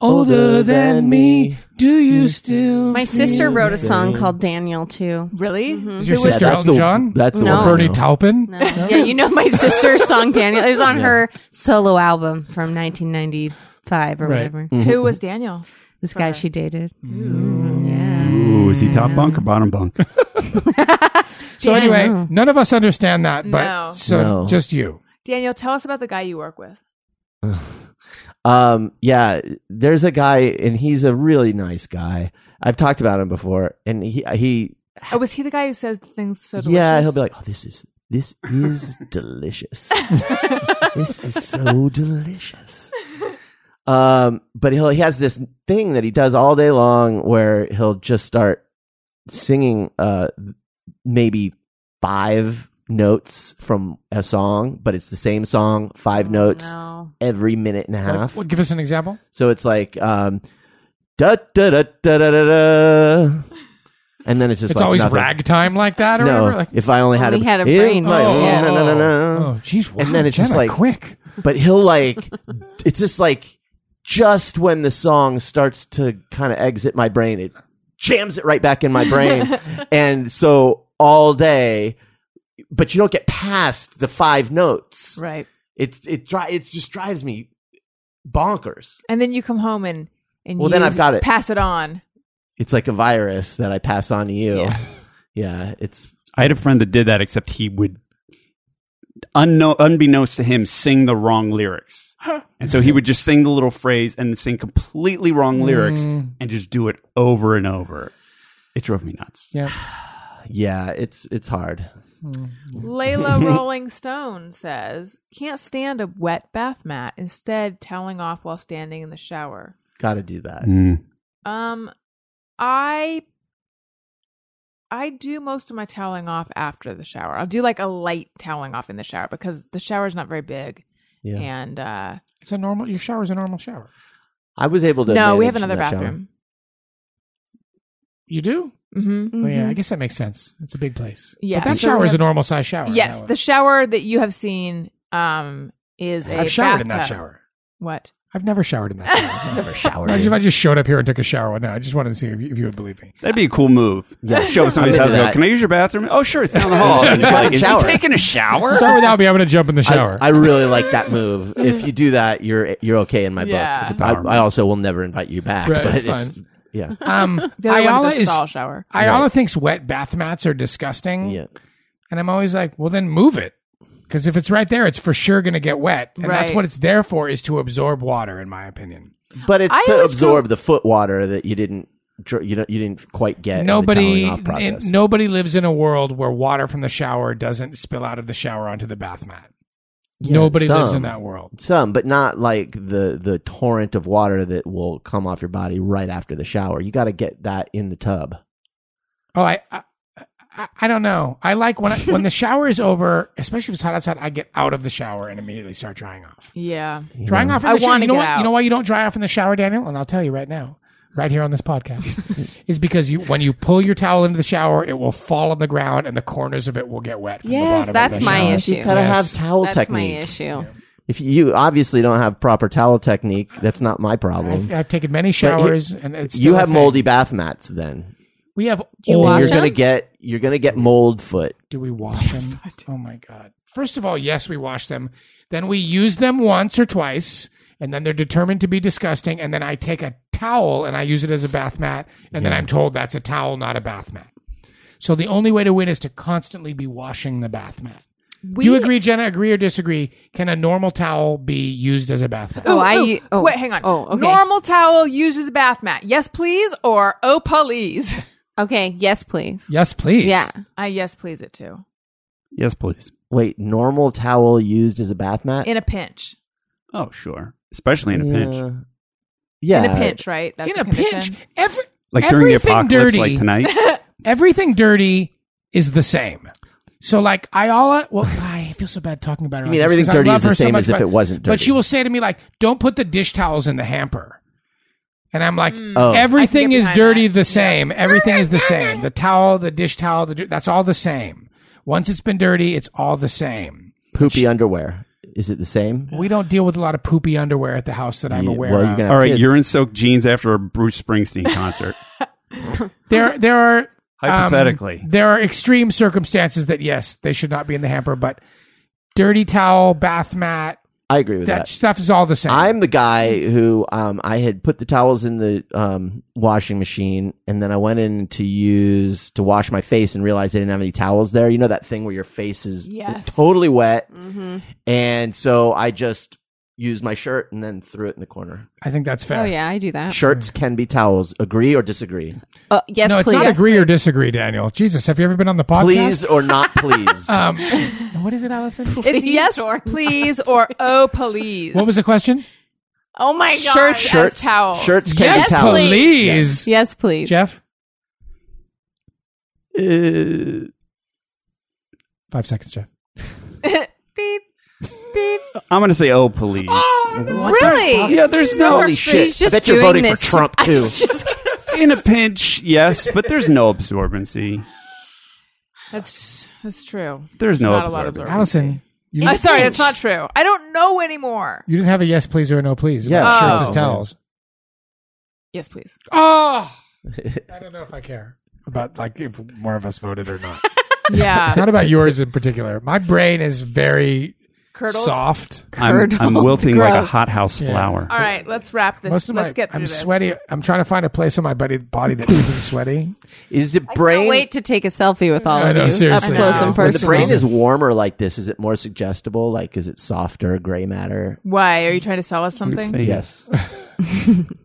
S3: Older than me, do
S1: Mm.
S3: you still?
S4: My
S3: feel-
S4: sister wrote a song
S1: Daniel.
S4: called Daniel too.
S2: Really?
S1: Mm-hmm.
S3: Is your
S2: There was-
S3: sister
S1: that's
S3: Elton
S1: the,
S3: John?
S1: That's the
S4: No.
S1: one. I
S3: Bernie
S1: know.
S3: Taupin.
S4: No. yeah, you know my sister's song Daniel. It was on her solo album from 1995 or
S3: Right.
S1: Mm.
S4: whatever.
S2: Who was Daniel?
S4: This guy she dated.
S1: Ooh,
S6: Was he top bunk or bottom bunk?
S3: So
S4: Yeah, I
S3: anyway,
S4: know.
S3: none of us understand that, but
S2: No.
S3: so
S1: No.
S3: just you.
S2: Daniel, tell us about the guy you work with.
S1: Um, yeah, there's a guy, and he's a really nice guy. I've talked about him before, and he he
S2: Oh, was he the guy who says the things so delicious?
S1: yeah, he'll be like, oh, this is this is delicious. this is so delicious. Um, but he'll he has this thing that he does all day long where he'll just start singing uh maybe five notes from a song, but it's the same song, five notes
S4: Oh, No.
S1: every minute and a
S3: Like,
S1: half.
S3: well, give us an example.
S1: So it's like um da da da da da da da and then it's just
S3: It's
S1: like
S3: always
S1: nothing.
S3: ragtime like that or
S1: No,
S3: whatever. Like,
S1: if I only had
S4: Only
S1: a,
S4: had a
S1: if
S4: brain.
S1: I-
S4: Oh, yeah.
S1: no, no, no, no, no.
S3: Oh, jeez. Wow,
S1: And then it's just
S3: Jenna,
S1: like-
S3: quick.
S1: But he'll like, it's just like, just when the song starts to kind of exit my brain, it jams it right back in my brain, and so all day. But you don't get past the five notes.
S2: right.
S1: It's it dri- it just drives me bonkers.
S2: And then you come home and and
S1: Well, then
S2: you
S1: I've got it.
S2: Pass it on.
S1: It's like a virus that I pass on to you.
S2: Yeah.
S1: yeah it's
S6: I had a friend that did that, except he would, unknown, unbeknownst to him, sing the wrong lyrics. and so he would just sing the little phrase and sing completely wrong lyrics
S3: Mm.
S6: and just do it over and over. It drove me nuts.
S3: Yeah. Mm,
S1: yeah, it's it's hard.
S2: Layla Rolling Stone says, "Can't stand a wet bath mat. Instead, toweling off while standing in the shower."
S1: Got to do that.
S6: Mm.
S2: Um, I I do most of my toweling off after the shower. I'll do like a light toweling off in the shower because the shower's not very big.
S1: Yeah.
S2: And uh
S3: It's a normal, your shower's a normal shower.
S1: I was able to.
S2: no, we have
S1: manage
S2: another
S1: that shower.
S2: bathroom.
S3: You do?
S2: hmm
S1: Oh,
S3: Well,
S4: Mm-hmm.
S3: yeah, I guess that makes sense. It's a big place.
S2: Yeah,
S3: But that
S2: so
S3: shower
S2: we
S3: is a
S2: have-
S3: normal size shower.
S2: Yes,
S3: That
S2: the shower that you have seen um is a
S3: I've showered in that
S2: bathtub.
S3: shower.
S2: What?
S3: I've never showered in that shower. so-
S1: Never showered.
S3: Imagine if I just showed up here and took a shower one night. I just wanted to see if you, if you would believe me.
S6: That'd be a cool move.
S1: Yeah.
S6: Show up somebody's
S1: I'm
S6: house
S1: into
S6: and go,
S1: that.
S6: Can I use your bathroom? Oh, sure. It's down the hall. And you're like, Is he
S1: Shower.
S6: taking a shower?
S3: Start without me. I'm going to jump in the
S1: I-
S3: shower.
S1: I, really like that move. If you do that, you're you're okay in my
S2: Yeah. It's a
S1: book. I, I also will never invite you back.
S3: Right,
S1: but
S3: it's
S1: it's,
S3: fine.
S1: yeah,
S3: um,
S2: The other
S3: Ayala
S2: one's a
S3: is.
S2: stall shower.
S3: Ayala thinks wet bath mats are
S4: Mm-hmm.
S3: disgusting.
S1: yeah.
S3: And I'm always like, well, then move it. Because if it's right there, it's for sure going to get wet. And that's
S2: Right.
S3: what it's there for, is to absorb water, in my opinion.
S1: But it's
S2: I
S1: to
S2: always
S1: absorb
S2: go-
S1: the foot water that you didn't dr- you don't, you didn't quite get. in the toweling
S3: nobody,
S1: off process.
S3: n- nobody lives in a world where water from the shower doesn't spill out of the shower onto the bath mat.
S1: Yeah,
S3: nobody lives
S1: some.
S3: in that world.
S1: Some, but not like the the torrent of water that will come off your body right after the shower. You got to get that in the tub.
S3: Oh, I, I, I, I don't know. I like when I, when the shower is over, especially if it's hot outside. I get out of the shower and immediately start drying off.
S2: Yeah.
S1: you
S3: Drying
S1: know?
S3: off. In
S2: I
S3: the shower,
S2: wanna
S3: you know
S2: get
S3: what?
S2: out.
S3: You know why you don't dry off in the shower, Daniel? And I'll tell you right now, right here on this podcast, is because you when you pull your towel into the shower, it will fall on the ground and the corners of it will get wet. From the
S4: Yes,
S3: bottom of
S4: that's
S3: the
S4: my
S3: shower.
S4: issue.
S1: You gotta
S3: Yes.
S1: have towel
S4: That's my
S1: technique.
S4: issue.
S1: If you obviously don't have proper towel technique, that's not my problem.
S3: I've, I've taken many showers, and it's
S1: you
S3: still a
S1: have
S3: thing.
S1: moldy bath mats then.
S3: We have
S4: you
S3: old-
S1: and
S4: wash
S1: you're gonna
S4: them?
S1: get you're gonna get mold foot.
S3: Do we wash them? Oh my god! First of all, yes, we wash them. Then we use them once or twice, and then they're determined to be disgusting. And then I take a towel and I use it as a bath mat, and then I'm told that's a towel, not a bath mat. So the only way to win is to constantly be washing the bath mat.
S2: We
S3: Do you agree, Jenna? Agree or disagree? Can a normal towel be used as a bath mat?
S4: Oh, I-
S2: ooh,
S4: oh.
S2: wait, hang on.
S4: Oh, okay.
S2: Normal towel uses a bath mat. Yes, please, or oh, please.
S4: Okay. Yes, please.
S3: Yes, please.
S4: Yeah.
S2: I yes, please it too.
S6: Yes, please.
S1: Wait, normal towel used as a bath mat?
S2: In a pinch.
S6: Oh, sure. Especially in a pinch.
S1: Yeah.
S2: In a pinch, right? That's
S3: In
S2: the
S3: a pinch,
S2: condition.
S3: every,
S6: Like during the
S3: Everything
S6: apocalypse,
S3: dirty.
S6: like tonight.
S3: everything dirty is the same. So like Ayala, well, I feel so bad talking about her.
S1: I
S3: like
S1: mean,
S3: this
S1: everything
S3: 'cause I
S1: dirty
S3: love
S1: is the
S3: her so
S1: same
S3: much,
S1: as if
S3: but-
S1: it wasn't dirty.
S3: But she will say to me like, "Don't put the dish towels in the hamper," and I'm like,
S1: Oh.
S3: "Everything
S2: I can get
S3: is
S2: behind
S3: dirty
S2: that.
S3: the same. Everything is the same. The towel, the dish towel, the di- that's all the same. Once it's been dirty, it's all the same.
S1: poopy underwear. Is it the same?
S3: We don't deal with a lot of poopy underwear at the house that I'm
S1: Yeah,
S3: aware
S1: well, you're
S3: of.
S1: gonna-
S6: All right,
S1: Kids.
S6: urine soaked jeans after a Bruce Springsteen concert.
S3: there, there are um,
S6: Hypothetically.
S3: there are extreme circumstances that yes, they should not be in the hamper, but dirty towel, bath mat,
S1: I agree with
S3: That,
S1: that.
S3: stuff is all the same.
S1: I'm the guy who um, I had put the towels in the um, washing machine, and then I went in to use to wash my face and realized I didn't have any towels there. You know that thing where your face is
S2: Yes.
S1: totally wet,
S4: Mm-hmm.
S1: and so I just used my shirt and then threw it in the corner.
S3: I think that's fair.
S4: Oh yeah, I do that.
S1: Shirts can be towels. Agree or disagree?
S4: Uh, yes,
S3: no, it's
S4: please.
S3: not agree or disagree, Daniel. Jesus, have you ever been on the podcast?
S1: Pleased or not pleased?
S3: Um, what is it, Allison?
S2: It's yes,
S4: or-
S2: please, or oh, please.
S3: What was the question?
S4: Oh my god.
S2: shirts,
S1: shirts
S2: as towels?
S1: Shirts can
S3: yes,
S1: be towels.
S3: please.
S4: Yes, please.
S3: Jeff,
S6: Uh,
S3: five seconds, Jeff.
S2: Beep, beep.
S6: I'm going to say, oh, police.
S1: What the fuck?
S4: Really?
S6: yeah, there's no.
S1: Holy shit!
S4: He's just
S1: I bet you're
S4: doing
S1: voting
S4: this
S1: for Trump
S4: to- I
S1: too.
S4: was just gonna say-
S6: In a pinch, yes, but there's no absorbency.
S2: That's that's true.
S6: There's no
S2: Not a lot of
S6: absorbency.
S2: absorbency.
S3: Allison, you,
S2: I'm Uh, sorry, that's not true. I don't know anymore.
S3: you didn't have a yes, please, or a no, please.
S1: Yeah,
S3: about
S2: sure.
S3: shirts as
S1: Oh.
S3: towels.
S2: Yes, please.
S3: Oh, I don't know if I care about like if more of us voted or not.
S2: Yeah,
S3: not about yours in particular. My brain is very
S2: curdled.
S3: soft.
S6: I'm, I'm
S4: Curdled.
S6: wilting like a
S4: Gross.
S6: hothouse
S3: Yeah.
S6: flower.
S2: All right, let's wrap this.
S3: Most of
S2: let's
S3: my,
S2: get through
S3: I'm
S2: this.
S3: sweaty. I'm trying to find a place on my body, body that isn't sweaty.
S1: Is it
S4: Can't
S1: brain?
S4: wait to take a selfie with all
S3: I
S4: of
S3: know,
S4: you
S3: seriously.
S4: up close and
S1: When the
S4: personal.
S1: brain is warmer like this, is it more suggestible? Like, is it softer, gray matter?
S2: Why are you trying to sell us
S6: I'd
S2: something?
S6: say
S1: Yes,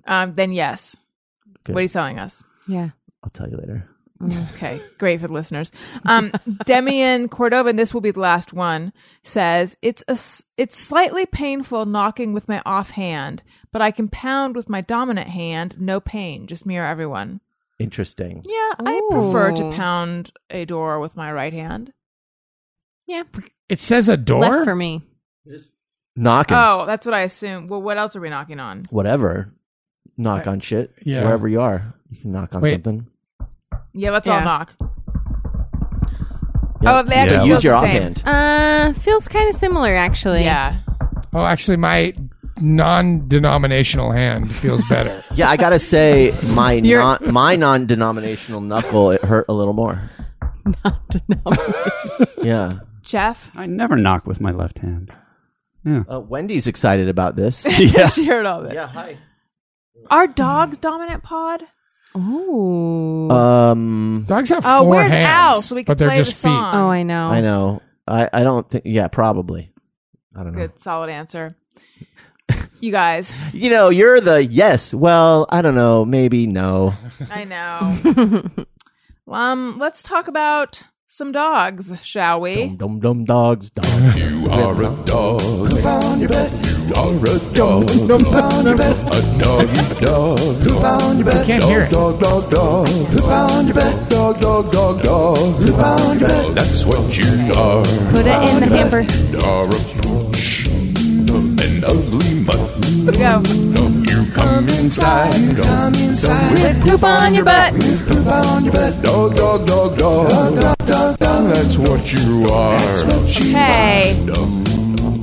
S2: Um, then yes.
S1: Good.
S2: What are you selling us?
S4: yeah.
S1: I'll tell you later.
S2: Okay, great for the listeners. Um, Demian Cordova, and this will be the last one, says it's a s- it's slightly painful knocking with my offhand, but I can pound with my dominant hand, no pain, just mirror everyone.
S1: Interesting.
S2: Yeah, I prefer to
S4: Ooh.
S2: pound a door with my right hand.
S4: Yeah.
S3: It says a door.
S4: Left for me.
S1: Knocking,
S2: Oh, that's what I assume. Well, what else are we knocking on?
S1: whatever. Knock on shit.
S3: yeah.
S1: Wherever you are, you can knock on
S3: Wait.
S1: something.
S2: Yeah, let's all
S4: Yeah.
S2: knock.
S1: Yeah.
S2: Oh, they actually
S6: Yeah.
S2: feels
S1: Use your
S2: the same.
S1: offhand.
S4: Uh, feels kind of similar actually.
S2: Yeah.
S3: Oh, actually, my non-denominational hand feels better.
S1: Yeah, I gotta say, my
S4: You're-
S1: non, my non-denominational knuckle it hurt a little more. Yeah.
S2: Jeff,
S6: I never knock with my left hand.
S1: Uh, Wendy's excited about this.
S6: yeah.
S2: she heard all this.
S1: hi.
S2: Are dogs dominant pod?
S4: Ooh.
S1: Um,
S3: Dogs have
S2: Oh,
S3: four
S2: where's
S3: hands,
S2: Al? So we can
S3: but they're
S2: play
S3: just
S2: the song.
S4: oh, I know.
S1: I know. I, I don't think. Yeah, probably. I don't know.
S2: Good, solid answer. You guys,
S1: You know, you're the yes. Well, I don't know. Maybe no.
S2: I know. um, let's talk about some dogs, shall we?
S1: Dum dum dum dogs. Dog.
S8: are a dog. You are a dog. A doggy dog.
S3: I can't hear it.
S8: Dog, dog, dog. Dog, dog, dog, dog. That's what you are.
S4: Put it in the hamper.
S8: You are a pooch. An ugly mutt.
S2: Here we go.
S8: You come inside. Come inside.
S4: With poop on your butt.
S8: Dog, dog, dog, dog. That's what you are.
S2: Hey.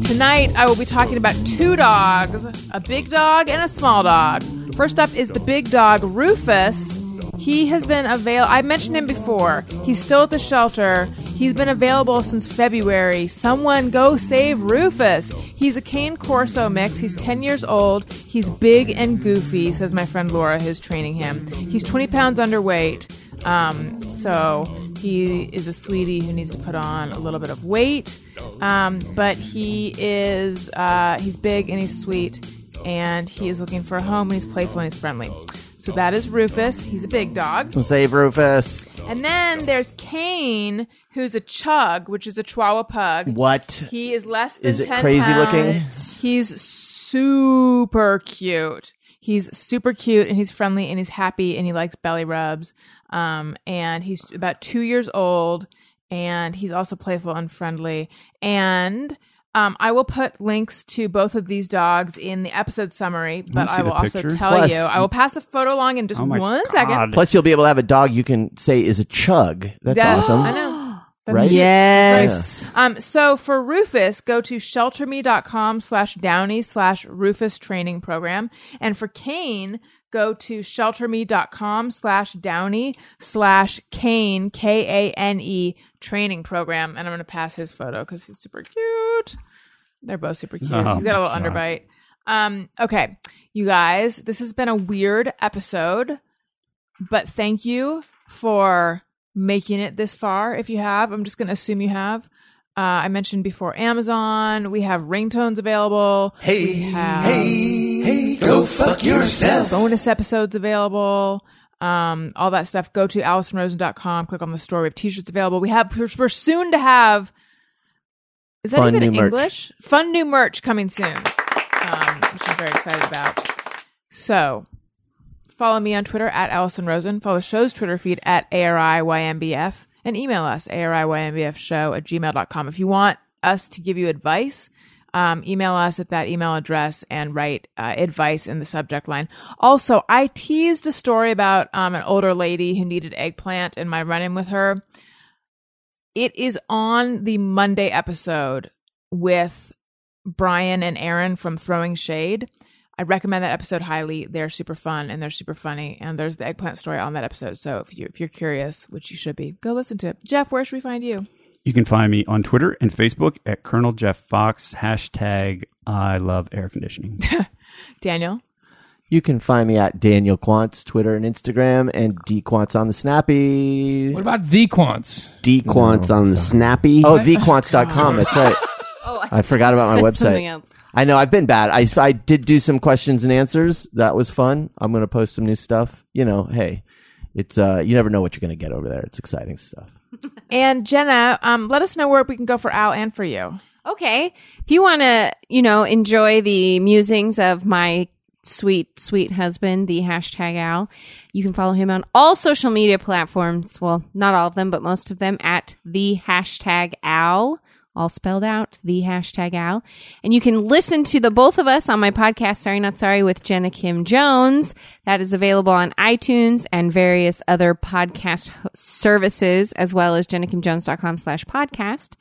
S2: Tonight I will be talking about two dogs, a big dog and a small dog. First up is the big dog Rufus. He has been available. I mentioned him before. He's still at the shelter. He's been available since February. Someone go save Rufus. He's a cane corso mix. He's 10 years old. He's big and goofy, says my friend Laura, who's training him. He's 20 pounds underweight. Um, so he is a sweetie who needs to put on a little bit of weight, um, but he is uh, he's big and he's sweet, and he is looking for a home and he's playful and he's friendly. So that is Rufus. He's a big dog.
S1: Save Rufus.
S2: And then there's Kane, who's a chug, which is a Chihuahua pug.
S1: What?
S2: He is less than
S1: Is it
S2: 10
S1: crazy
S2: pounds.
S1: looking?
S2: He's super cute. He's super cute and he's friendly and he's happy and he likes belly rubs. Um, and he's about two years old and he's also playful and friendly. And um, I will put links to both of these dogs in the episode summary, but
S6: see
S2: I will
S6: the
S2: also
S6: pictures.
S2: tell
S1: Plus-
S2: you, I will pass the photo along in just
S6: Oh
S2: one
S6: my
S2: second.
S6: God.
S1: Plus, you'll be able to have a dog you can say is a chug. That's
S2: That-
S1: awesome.
S2: I know. That's
S1: Right?
S2: cute.
S4: Yes.
S2: Um, so for Rufus, go to shelterme.com slash Downey slash Rufus training program. And for Kane, go to shelterme.com slash Downey slash Kane, K A N E training program. And I'm going to pass his photo because he's super cute. They're both super cute.
S6: Oh,
S2: He's got a little
S6: God.
S2: underbite. Um, okay, you guys, this has been a weird episode, but thank you for making it this far. If you have, I'm just going to assume you have. Uh, I mentioned before Amazon. We have ringtones available.
S7: Hey,
S2: we have
S7: hey, hey, go fuck yourself.
S2: bonus episodes available. Um, all that stuff. Go to AllisonRosen.com. Click on the store. We have t-shirts available. We have. We're, we're soon to have. Is that
S1: Fun
S2: even
S1: new merch.
S2: English? Fun new merch coming soon, um, which I'm very excited about. So, follow me on Twitter at Allison Rosen. Follow the show's Twitter feed at ARIYMBF and email us ARIYMBFshow at gmail.com. If you want us to give you advice, um, email us at that email address and write uh, advice in the subject line. Also, I teased a story about um, an older lady who needed eggplant and my run in with her. It is on the Monday episode with Brian and Aaron from Throwing Shade. I recommend that episode highly. They're super fun and they're super funny. And there's the eggplant story on that episode. So if you if you're curious, which you should be, go listen to it. Jeff, where should we find you?
S6: You can find me on Twitter and Facebook at Colonel Jeff Fox. Hashtag I love air conditioning.
S2: Daniel.
S1: You can find me at Daniel Quantz, Twitter and Instagram, and DQuantz on the Snappy.
S3: What about the quants?
S1: DQuantz on the Snappy. Oh, DQuantz.com. That's right.
S4: Oh,
S1: I forgot about my
S4: said
S1: website.
S4: something else.
S1: I know I've been bad. I, I did do some questions and answers. That was fun. I'm going to post some new stuff. You know, hey, it's uh, you never know what you're going to get over there. It's exciting stuff.
S2: And Jenna, um, let us know where we can go for Al and for you.
S4: Okay. If you want to, you know, enjoy the musings of my sweet, sweet husband, the hashtag Al, you can follow him on all social media platforms. Well, not all of them, but most of them at the hashtag Al, all spelled out, the hashtag Al. And you can listen to the both of us on my podcast, Sorry Not Sorry, with Jenna Kim Jones. That is available on iTunes and various other podcast ho- services, as well as jennakimjones.com slash podcast.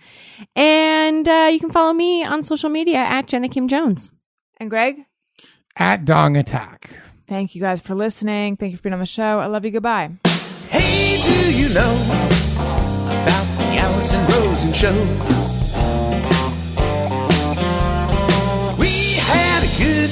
S4: And uh, you can follow me on social media at Jenna Kim Jones.
S2: And Greg,
S3: At Dong Attack.
S2: thank you guys for listening. Thank you for being on the show. I love you. Goodbye.
S7: Hey, do you know about the Allison Rosen show? We had a good